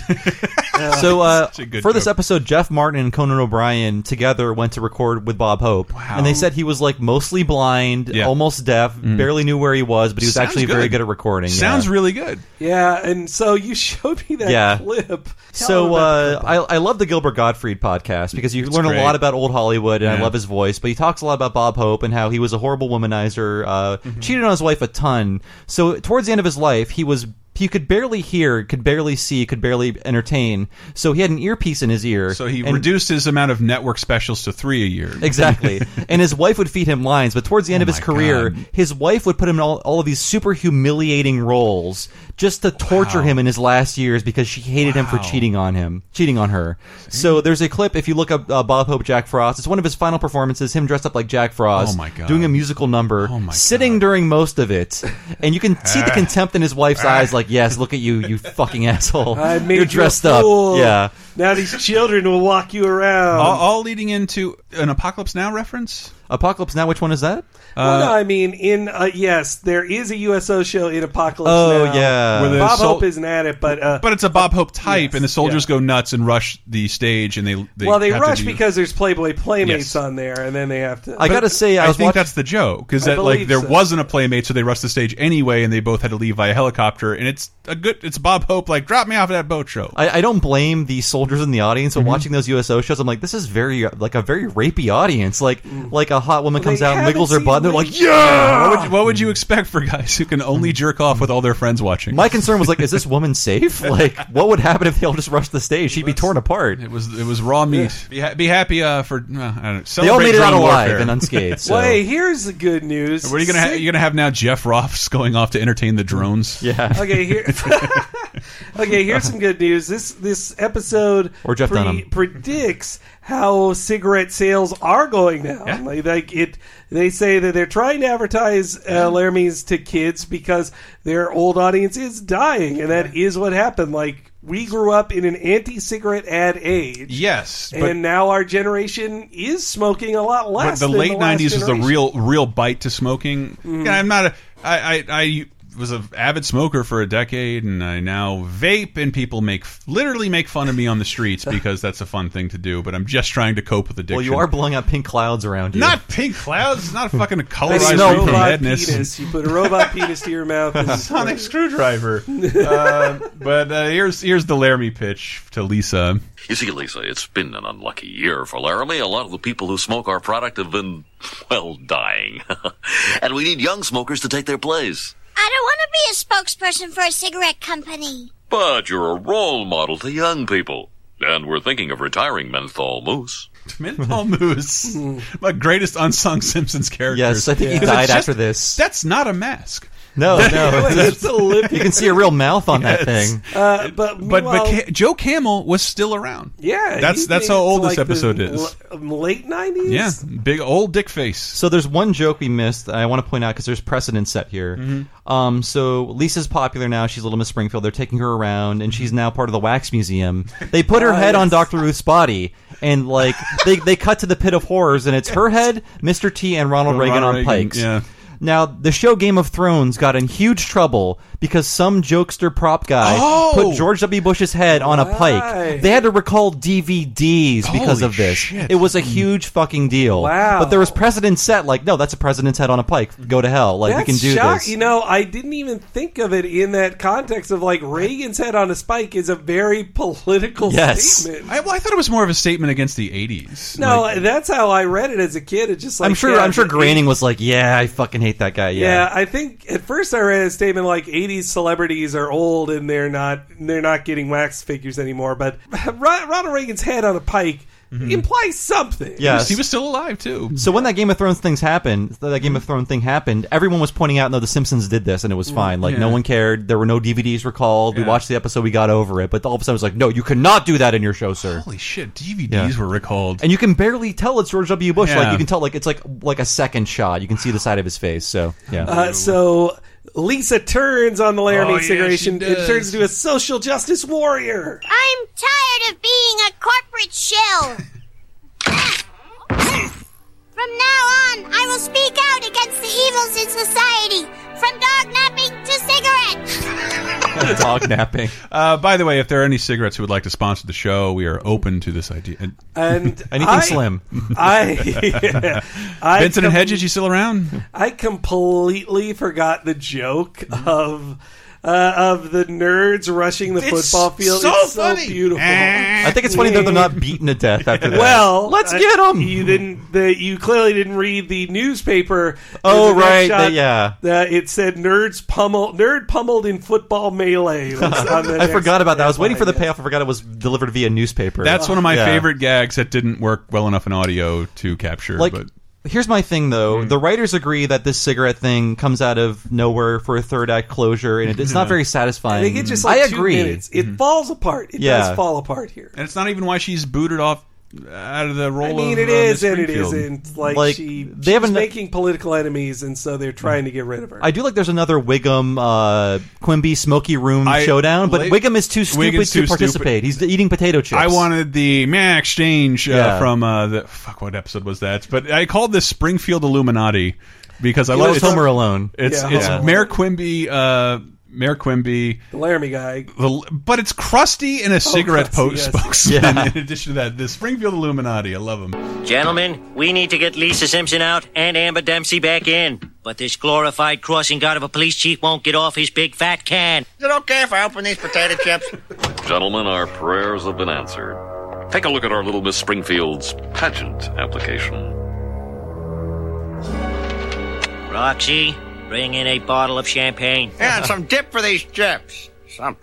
D: Uh,
A: (laughs)
C: so uh,
D: Such
C: for
D: a good
C: this
D: joke.
C: episode, Jeff Martin and Conan O'Brien together went to record with Bob Hope, and they said he was like mostly blind, almost deaf, barely knew where he was, but he was
A: Mm. Sounds
C: actually very
A: good.
C: good at recording.
A: Sounds
C: yeah.
A: really good.
D: yeah, and so you showed me that
C: Yeah.
D: clip. Tell them
C: So
D: about
C: uh, I, I love the Gilbert Gottfried podcast because you learn
A: great.
C: a lot about old Hollywood, and I
A: Yeah.
C: love his voice. But he talks a lot about Bob Hope and how he
A: Mm-hmm.
C: was a horrible womanizer, uh, cheated on his wife a ton. So towards the end of his life, he was He could barely hear, could barely see, could barely entertain. So he had an earpiece in his ear.
A: So he
C: and-
A: reduced his amount of network specials to three a year.
C: (laughs) Exactly. and his wife would feed him lines, but towards the
A: Oh
C: end of his career, his wife would put him in all, all of these super humiliating roles just to torture him in his last years because she hated him for cheating on him, cheating on her. So there's a clip if you look up uh, Bob Hope Jack Frost. It's one of his final performances, him dressed up like Jack Frost,
A: Oh my God. Oh
C: doing a musical number, sitting during most of it, and you
A: (laughs)
C: can see the contempt in his wife's eyes like, "Yes, look at you, you fucking
A: (laughs)
C: asshole.
D: I made
C: You're
D: you a
C: dressed
D: fool.
C: up." Yeah. Uh,
D: Now these children will walk you around.
A: All, all leading into an Apocalypse Now reference.
C: Apocalypse Now, which one is that?
A: Uh,
D: well, no, I mean, in uh, yes, there is a USO show in Apocalypse.
C: Oh,
D: Now.
C: yeah. Where the
D: Bob
A: sol-
D: Hope isn't at it, but uh,
A: but it's a Bob Hope type, and the soldiers go nuts and rush the stage, and they, they
D: well, they
A: have to
D: rush
A: do-
D: because there's Playboy Playmates
A: Yes.
D: on there, and then they have to.
A: But I think that's the joke because
D: I
A: that like
D: believe
A: there
D: so.
A: wasn't a playmate, so they rushed the stage anyway, and they both had to leave via helicopter. And it's a good, it's Bob Hope like drop me off at that boat show.
C: I, I don't blame the soldiers in the audience.
A: Mm-hmm.
C: So watching those USO shows, I'm like, this is very like a very rapey audience. Like
A: Mm.
C: like a hot woman comes out and wiggles her butt. and They're like, yeah.
A: What would, what would you expect for guys who can only jerk off with all their friends watching?
C: My concern was like, is this woman
A: (laughs)
C: safe? Like, what would happen if they all just rushed the stage? She'd be torn apart.
A: It was it was raw meat. Be, ha- be happy uh, for uh, I don't know,
C: They all
A: celebrate
C: made it out
A: drone
C: alive
A: warfare.
C: and unscathed. So.
D: Well, hey, here's the good news.
A: What are you gonna ha-
D: Sick-
A: you gonna have now? Jeff Roffs (laughs) going off to entertain the drones.
C: Yeah.
D: okay, here. (laughs) okay, here's some good news. This this episode
A: Or Jeff Dunham.
D: predicts how cigarette sales are going down. Like, like it, they say that they're trying to advertise uh, Laramie's to kids because their old audience is dying, and that is what happened. Like we grew up in an anti-cigarette ad age.
A: Yes, but-
D: and now our generation is smoking a lot
A: But
D: less.
A: the
D: than
A: late
D: last
A: '90s was the
D: generation.
A: real, real bite to smoking.
D: Mhm.
C: Mm-hmm.
A: Yeah, I'm not a. I, I, I was an avid smoker for a decade, and I now vape. And people make literally make fun of me on the
C: (laughs)
A: streets because that's a fun thing to do. But I'm just trying to cope with addiction.
C: well, you are blowing out pink clouds around you.
A: (laughs) not pink clouds. Not a fucking
D: They
A: colorized
D: smell
A: ring of
D: robot
A: madness.
D: penis. You put a robot penis to your mouth. And
A: (laughs)
C: (laughs)
A: Sonic screwdriver. Uh, but uh, here's here's the Laramie pitch to Lisa.
H: You see, Lisa, it's been an unlucky year for Laramie. A lot of the people who smoke our product have been, well, dying. (laughs) and we need young smokers to take their place.
G: I don't want to be a spokesperson for a cigarette company.
H: But you're a role model to young people. And we're thinking of retiring menthol moose.
C: (laughs)
A: Menthol Moose, my greatest unsung Simpsons character.
C: Mm-hmm. Yes, I think he
A: Because
C: died
A: it's just-
C: after this.
A: That's not a mask. (laughs)
C: No, no,
A: It's a lip.
C: You can see a real mouth on that thing.
D: Uh, but
A: But but
D: meanwhile-
A: Ca- Joe Camel was still around.
D: Yeah,
A: that's
D: he
A: that's
D: made
A: how
D: it to,
A: old this
D: like, the
A: episode is.
D: l- late nineties.
A: yeah, big old dick face.
C: So there's one joke we missed that I want to point out because there's precedent set here.
A: Mm-hmm.
C: Um, so Lisa's popular now. She's Little Miss Springfield. They're taking her around, and she's now part of the wax museum. They put her
D: Oh,
C: head on
D: yes.
C: Dr. Ruth's body, and like
A: (laughs)
C: they, they cut to the pit of horrors, and it's her head, Mr. T, and Ronald, Reagan,
A: Ronald
C: on
A: Reagan,
C: pikes.
A: yeah.
C: Now the show Game of Thrones got in huge trouble because some jokester prop guy
A: Oh!
C: put George W. Bush's head on a pike.
D: Right.
C: They had to recall DVDs because
D: Holy
C: of this.
D: shit.
C: It was a huge fucking deal.
D: Wow.
C: But there was precedent set. Like, no, that's a president's head on a pike. Go to hell. Like, we can do
D: shock-
C: this.
D: You know, I didn't even think of it in that context of like Reagan's head on a spike is a very political
A: Yes.
D: statement.
A: I, well, I thought it was more of a statement against the '80s.
D: No,
A: Like,
D: that's how I read it as a kid. It's just like
C: I'm sure.
D: yeah,
C: I'm sure
D: the
C: Groening was like, yeah, I fucking hate that guy.
D: Yeah.
C: Yeah.
D: I think at first I read a statement like '80s celebrities are old and they're not they're not getting wax figures anymore. But (laughs) Ron- Ronald Reagan's head on a pike
A: Mm-hmm.
D: implies something.
C: Yes. He
A: was still alive too.
C: So when that Game of Thrones things happened, that Game of Thrones thing happened. Everyone was pointing out, no, The Simpsons did this, and
D: Mm,
C: it was fine. Like no
A: Yeah.
C: one cared. There were no DVDs recalled. We watched the episode, we got over it. But all of a sudden, it was like, no, you cannot do that in your show, sir.
A: holy shit, DVDs
C: Yeah.
A: were recalled.
C: and you can barely tell it's George W. Bush.
A: Yeah.
C: Like you can tell, like it's like like a second shot. You can see the side of his face. So yeah.
D: (laughs) Uh, so Lisa turns on the Laramie
C: Oh, yeah, she
D: situation and
C: does.
D: turns into a social justice warrior.
G: I'm tired of being a corporate shell. From now on, I will speak out against the evils in society, from dog napping to cigarettes.
C: Dog napping.
A: Uh, by the way, if there are any cigarettes who would like to sponsor the show, we are open to this idea. And,
D: And
A: Anything
D: I-
A: slim.
D: (laughs) I, (laughs) yeah. I
A: Vincent and
D: com-
C: (laughs)
A: Hedges, you still around?
D: I completely forgot the joke of uh, of the nerds rushing the football field.
B: so
D: it's
B: funny.
D: so beautiful.
C: I think it's funny that they're not beaten to death after that.
D: Well,
C: let's
D: I-
C: get them.
D: You didn't. The, you clearly didn't read the newspaper.
C: Oh,
D: There's a
C: right,
D: headshot
C: the- yeah.
D: that it said "nerds pummeled, nerd pummeled in football
C: (laughs)
D: melee." was on the
C: I
D: next-
C: forgot about that. I was waiting for the payoff. I forgot it was delivered via newspaper.
A: That's one of my
C: Yeah.
A: favorite gags that didn't work well enough in audio to capture.
C: Like,
A: but
C: here's my thing though. The writers agree that this cigarette thing comes out of nowhere for a third act closure, and it- it's not
A: Yeah.
C: very satisfying.
D: I think it's just like
C: I
D: two
C: agree.
D: minutes. It falls apart. It
C: Mm-hmm. Yeah.
D: does fall apart here.
A: and it's not even why she's booted off uh, out of the role.
D: I mean,
A: of,
D: it
A: uh, Miss
D: is and it
A: Springfield.
D: isn't. Like,
C: Like,
D: she,
C: they
D: she's
C: haven't-
D: making political enemies, and so they're trying to get rid of her.
C: I do like there's another Wiggum uh, Quimby smoky room
A: I-
C: showdown, but
A: Blake-
C: Wiggum is too stupid
A: Wiggum's
C: to
A: too stupid.
C: participate. He's eating potato chips.
A: I wanted the meh exchange uh,
C: Yeah.
A: from uh, the fuck. What episode was that? But I called this Springfield Illuminati because I
C: It
A: love
C: was
A: it's-
C: Homer Alone.
A: It's
D: Yeah,
A: it's
D: Homer Alone.
A: Mayor Quimby. Uh, Mayor Quimby.
D: the Laramie guy.
A: The, but it's crusty and a cigarette
D: Oh, crusty,
A: po-
D: yes.
A: spokesman.
D: Yeah.
A: (laughs) In addition to that, the Springfield Illuminati. I love them.
S: Gentlemen, we need to get Lisa Simpson out and Amber Dempsey back in. But this glorified crossing guard of a police chief won't get off his big fat can.
R: Is it okay if I open these potato chips?
H: Gentlemen, our prayers have been answered. Take a look at our Little Miss Springfield's pageant application.
S: Roxy, bring in a bottle of champagne.
R: Yeah, and some dip for these chips. Something.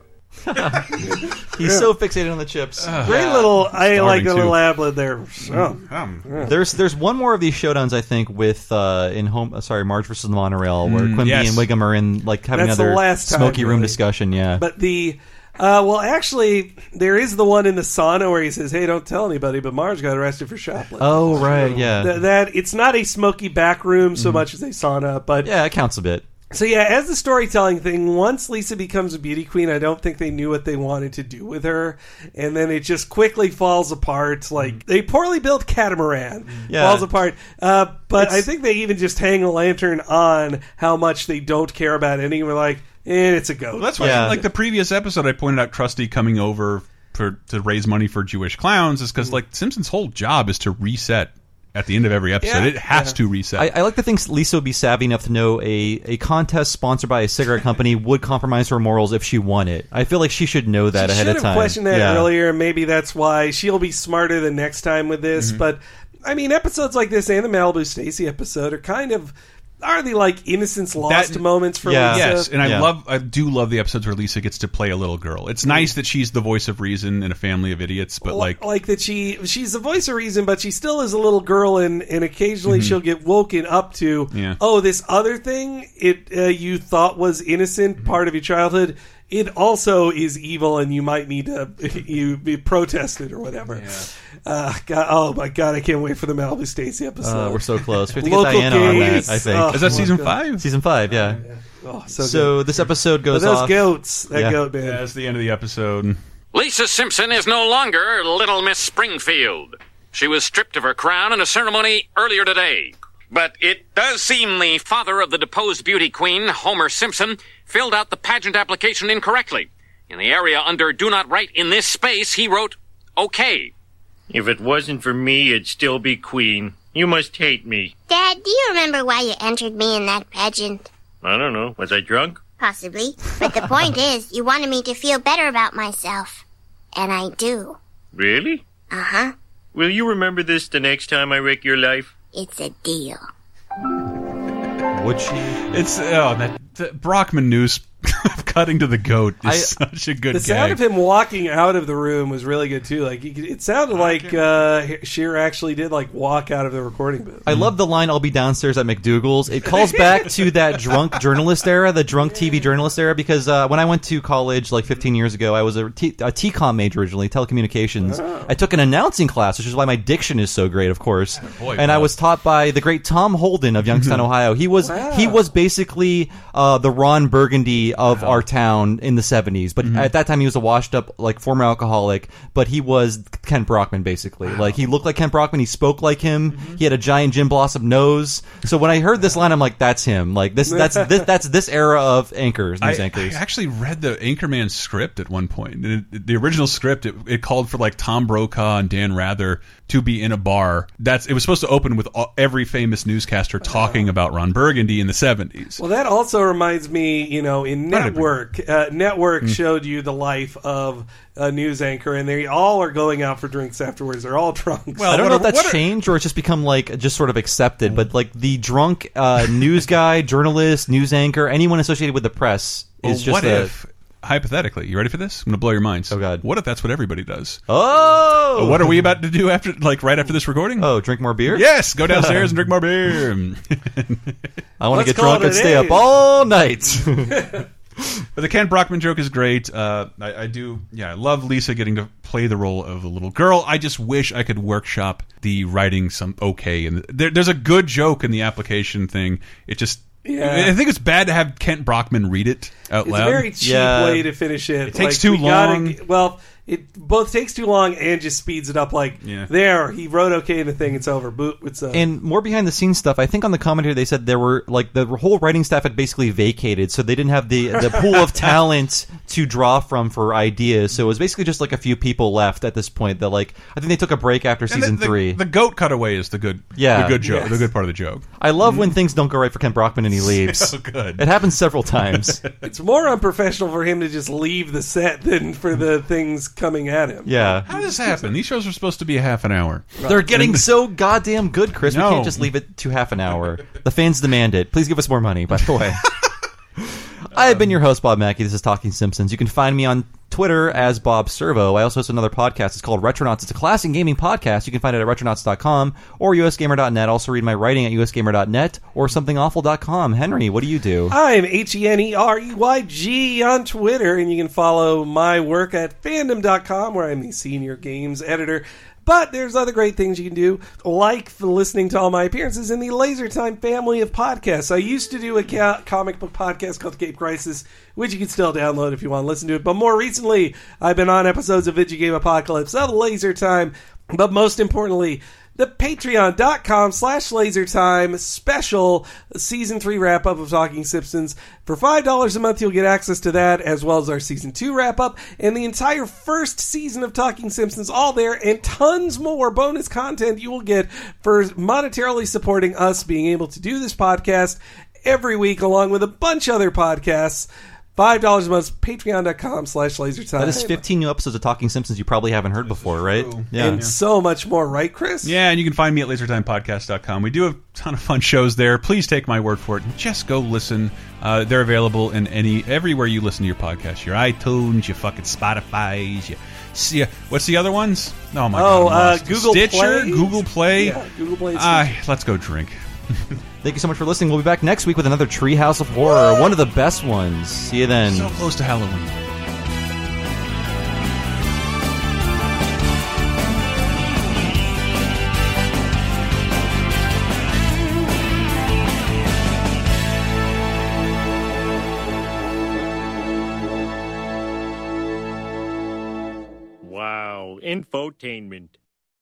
C: He's so fixated on the chips.
D: Great
C: Yeah.
D: little. I like the
C: too.
D: little ablet there. Oh.
A: Um,
D: Yeah.
C: There's there's one more of these showdowns I think with uh, in home uh, sorry Marge versus the monorail where
D: Mm,
C: Quimby
D: yes.
C: and Wiggum are in like having
D: That's the
C: another
D: last time,
C: smoky room
D: really.
C: discussion yeah
D: But the uh, well, actually, there is the one in the sauna where he says, "Hey, don't tell anybody," but Marge got arrested for shoplifting.
C: oh right yeah Mm-hmm.
D: Th- that it's not a smoky back room so much as a sauna, but
C: yeah it counts a bit
D: So yeah, as the storytelling thing, once Lisa becomes a beauty queen, I don't think they knew what they wanted to do with her, and then it just quickly falls apart. Like a poorly built catamaran
C: Mm-hmm. Yeah.
D: falls apart. Uh, but I
C: It's-
D: think they even just hang a lantern on how much they don't care about anything. We're like, eh, it's a goat.
A: Well, that's why, like the previous episode, I pointed out Krusty coming over for, to raise money for Jewish clowns is
D: Mm.
A: because like Simpson's whole job is to reset at the end of every episode.
C: Yeah.
A: it has
C: Yeah.
A: to reset.
C: I, I like to think Lisa would be savvy enough to know a, a contest sponsored by a cigarette company would compromise her morals if she won it I feel like she should know that
D: She
C: ahead
D: should
C: of
D: have
C: time
D: questioned that
C: yeah.
D: earlier, and maybe that's why she'll be smarter the next time with this.
C: Mhm.
D: But I mean, episodes like this and the Malibu Stacy episode are kind of are they like innocence lost
A: That-
D: moments for Lisa?
A: Yes, and I love, I do love the episodes where Lisa gets to play a little girl. It's nice that she's the voice of reason in a family of idiots, but like
D: like that she she's the voice of reason, but she still is a little girl, and and occasionally
A: Mhm.
D: she'll get woken up to.
A: Yeah.
D: Oh, this other thing it uh, you thought was innocent part of your childhood. It also is evil, and you might need to (laughs) you be protested or whatever. Uh, God, oh my God, I can't wait for the Malibu Stacy episode.
C: Uh, we're so close. We have to get
D: Local
C: Diana on that.
D: gays.
C: I think
D: Oh, my God.
C: Season five, yeah.
D: Oh,
C: so
D: so good.
C: this episode goes
D: But those
C: off.
D: goats, that
C: Yeah.
D: goat man.
A: that's the end of the episode.
T: Lisa Simpson is no longer Little Miss Springfield. She was stripped of her crown in a ceremony earlier today. But it does seem the father of the deposed beauty queen, Homer Simpson, filled out the pageant application incorrectly. In the area under Do Not Write in this space, he wrote, OK.
E: If it wasn't for me, it'd still be queen. You must hate me.
G: Dad, do you remember why you entered me in that pageant?
E: I don't know. Was I drunk?
G: Possibly. But the point is, you wanted me to feel better about myself. And I do.
E: Really?
G: Uh huh.
E: Will you remember this the next time I wreck your life?
G: It's a deal.
C: Would she?
A: It's oh that, that Brockman news (laughs) cutting to the goat is
D: I-
A: such a good
D: the sound
A: gag.
D: of him walking out of the room was really good too. Like you could- it sounded like uh, Sheer actually did like walk out of the recording booth.
C: I love the line "I'll be downstairs at McDougal's." It calls back to that drunk journalist era, the drunk TV journalist era. Because uh, when I went to college like 15 years ago, I was a, t- a TCOM major originally, telecommunications.
A: Oh.
C: I took an announcing class, which is why my diction is so great, of course.
A: boy,
C: and I
A: wow.
C: was taught by the great Tom Holden of Youngstown,
A: Mm-hmm.
C: Ohio. He was he was basically uh, the Ron Burgundy of our town in the 70s. But
A: Mhm.
C: at that time, he was a washed up like former alcoholic. But he was Kent Brockman basically. Like he looked like Kent Brockman. He spoke like him.
A: Mm-hmm.
C: He had a giant Jim Blossom nose. So when I heard this line, I'm like, that's him. Like this
A: (laughs)
C: that's this that's this era of anchors,
A: I,
C: news
A: I
C: anchors.
A: actually read the Anchorman script at one point. And it- the original script it, it called for like Tom Brokaw and Dan Rather to be in a bar. That's it was supposed to open with all, every famous newscaster talking about Ron Burgundy in the seventies.
D: Well, that also reminds me, you know, in Network network uh, network
A: Mm.
D: showed you the life of a news anchor, and they all are going out for drinks afterwards. They're all (laughs) drunk.
C: I don't know if that's changed or it's just become like just sort of accepted, but like the drunk
A: (laughs)
C: uh, news guy, journalist, news anchor, anyone associated with the press
A: Well,
C: is just
A: Oh, what
C: a-
A: if hypothetically you ready for this i'm gonna blow your minds oh god what if that's what everybody does
C: oh
A: what are we about to do after like right after this recording
C: oh drink more beer
A: yes
C: (laughs)
A: go downstairs and drink more beer (laughs)
C: I want to get drunk and stay up all night. (laughs)
A: but the Ken Brockman joke is great. Uh, I, I do, yeah, I love Lisa getting to play the role of the little girl. I just wish I could workshop the writing some okay. And there, there's a good joke in the application thing. It just,
D: Yeah.
A: I think it's bad to have Kent Brockman read it out
D: It's
A: loud.
D: a very cheap way to finish it.
A: It takes
D: Like,
A: too
D: we gotta-
A: long.
D: well, it both takes too long and just speeds it up. Like
C: Yeah.
D: there, he wrote okay in the thing. It's over. Boot. It's uh, over.
C: And more behind the scenes stuff. I think on the commentary they said there were like the whole writing staff had basically vacated, so they didn't have the the pool
A: (laughs)
C: of talent to draw from for ideas. So it was basically just like a few people left at this point. That like I think they took a break after season
A: the-
C: three.
A: The goat cutaway is the good,
C: Yeah.
A: the good joke,
C: Yes.
A: the good part of the joke.
C: I love when things don't go right for Kent Brockman and he leaves.
A: Mm. (laughs) So good.
C: It happens
A: (laughs)
C: several times.
D: it's more unprofessional for him to just leave the set than for the things coming at him.
C: Yeah.
A: How does this happen? These shows are supposed to be a half an hour.
C: They're getting so goddamn good, Chris.
A: No.
C: We can't just leave it to half an hour. The fans demand it. Please give us more money, by the
A: (laughs)
C: way. I
A: Um,
C: have been your host, Bob Mackey. This is Talking Simpsons. You can find me on Twitter as Bob Servo. I also host another podcast. It's called Retronauts. It's a classic gaming podcast. You can find it at retronauts.com or usgamer.net. Also read my writing at usgamer.net or somethingawful.com. Henry, what do you do?
D: I'm H E N E R E Y G on Twitter, and you can follow my work at fandom.com, where I'm the senior games editor. But there's other great things you can do, like for listening to all my appearances in the Laser Time family of podcasts. I used to do a ca- comic book podcast called Cape Crisis, which you can still download if you want to listen to it. But more recently, I've been on episodes of Video Game Apocalypse of Laser Time, but most importantly, the patreon.com slash lasertime special season 3 wrap up of talking simpsons for $5 a month you'll get access to that as well as our season 2 wrap up and the entire first season of talking simpsons all there and tons more bonus content you will get for monetarily supporting us being able to do this podcast every week along with a bunch of other podcasts $5 a month patreon.com slash lasertime
C: That is 15 new episodes of Talking Simpsons you probably haven't heard before, right?
D: and so much more right chris
A: Yeah, and you can find me at lasertimepodcast.com. We do have a ton of fun shows there. Please take my word for it. and Just go listen. Uh, they're available in any everywhere you listen to your podcast. Your iTunes, your fucking Spotify's, your see, what's the other ones? Oh my
D: Oh,
A: god, I'm
D: uh,
A: lost.
D: Google
A: Stitcher,
D: Play?
A: Google Play.
D: Yeah, Google Play and
A: Ah, let's go drink.
C: Thank you so much for listening. We'll be back next week with another Treehouse of Horror, one of the best ones. See you then.
A: So close to Halloween.
E: Wow, infotainment.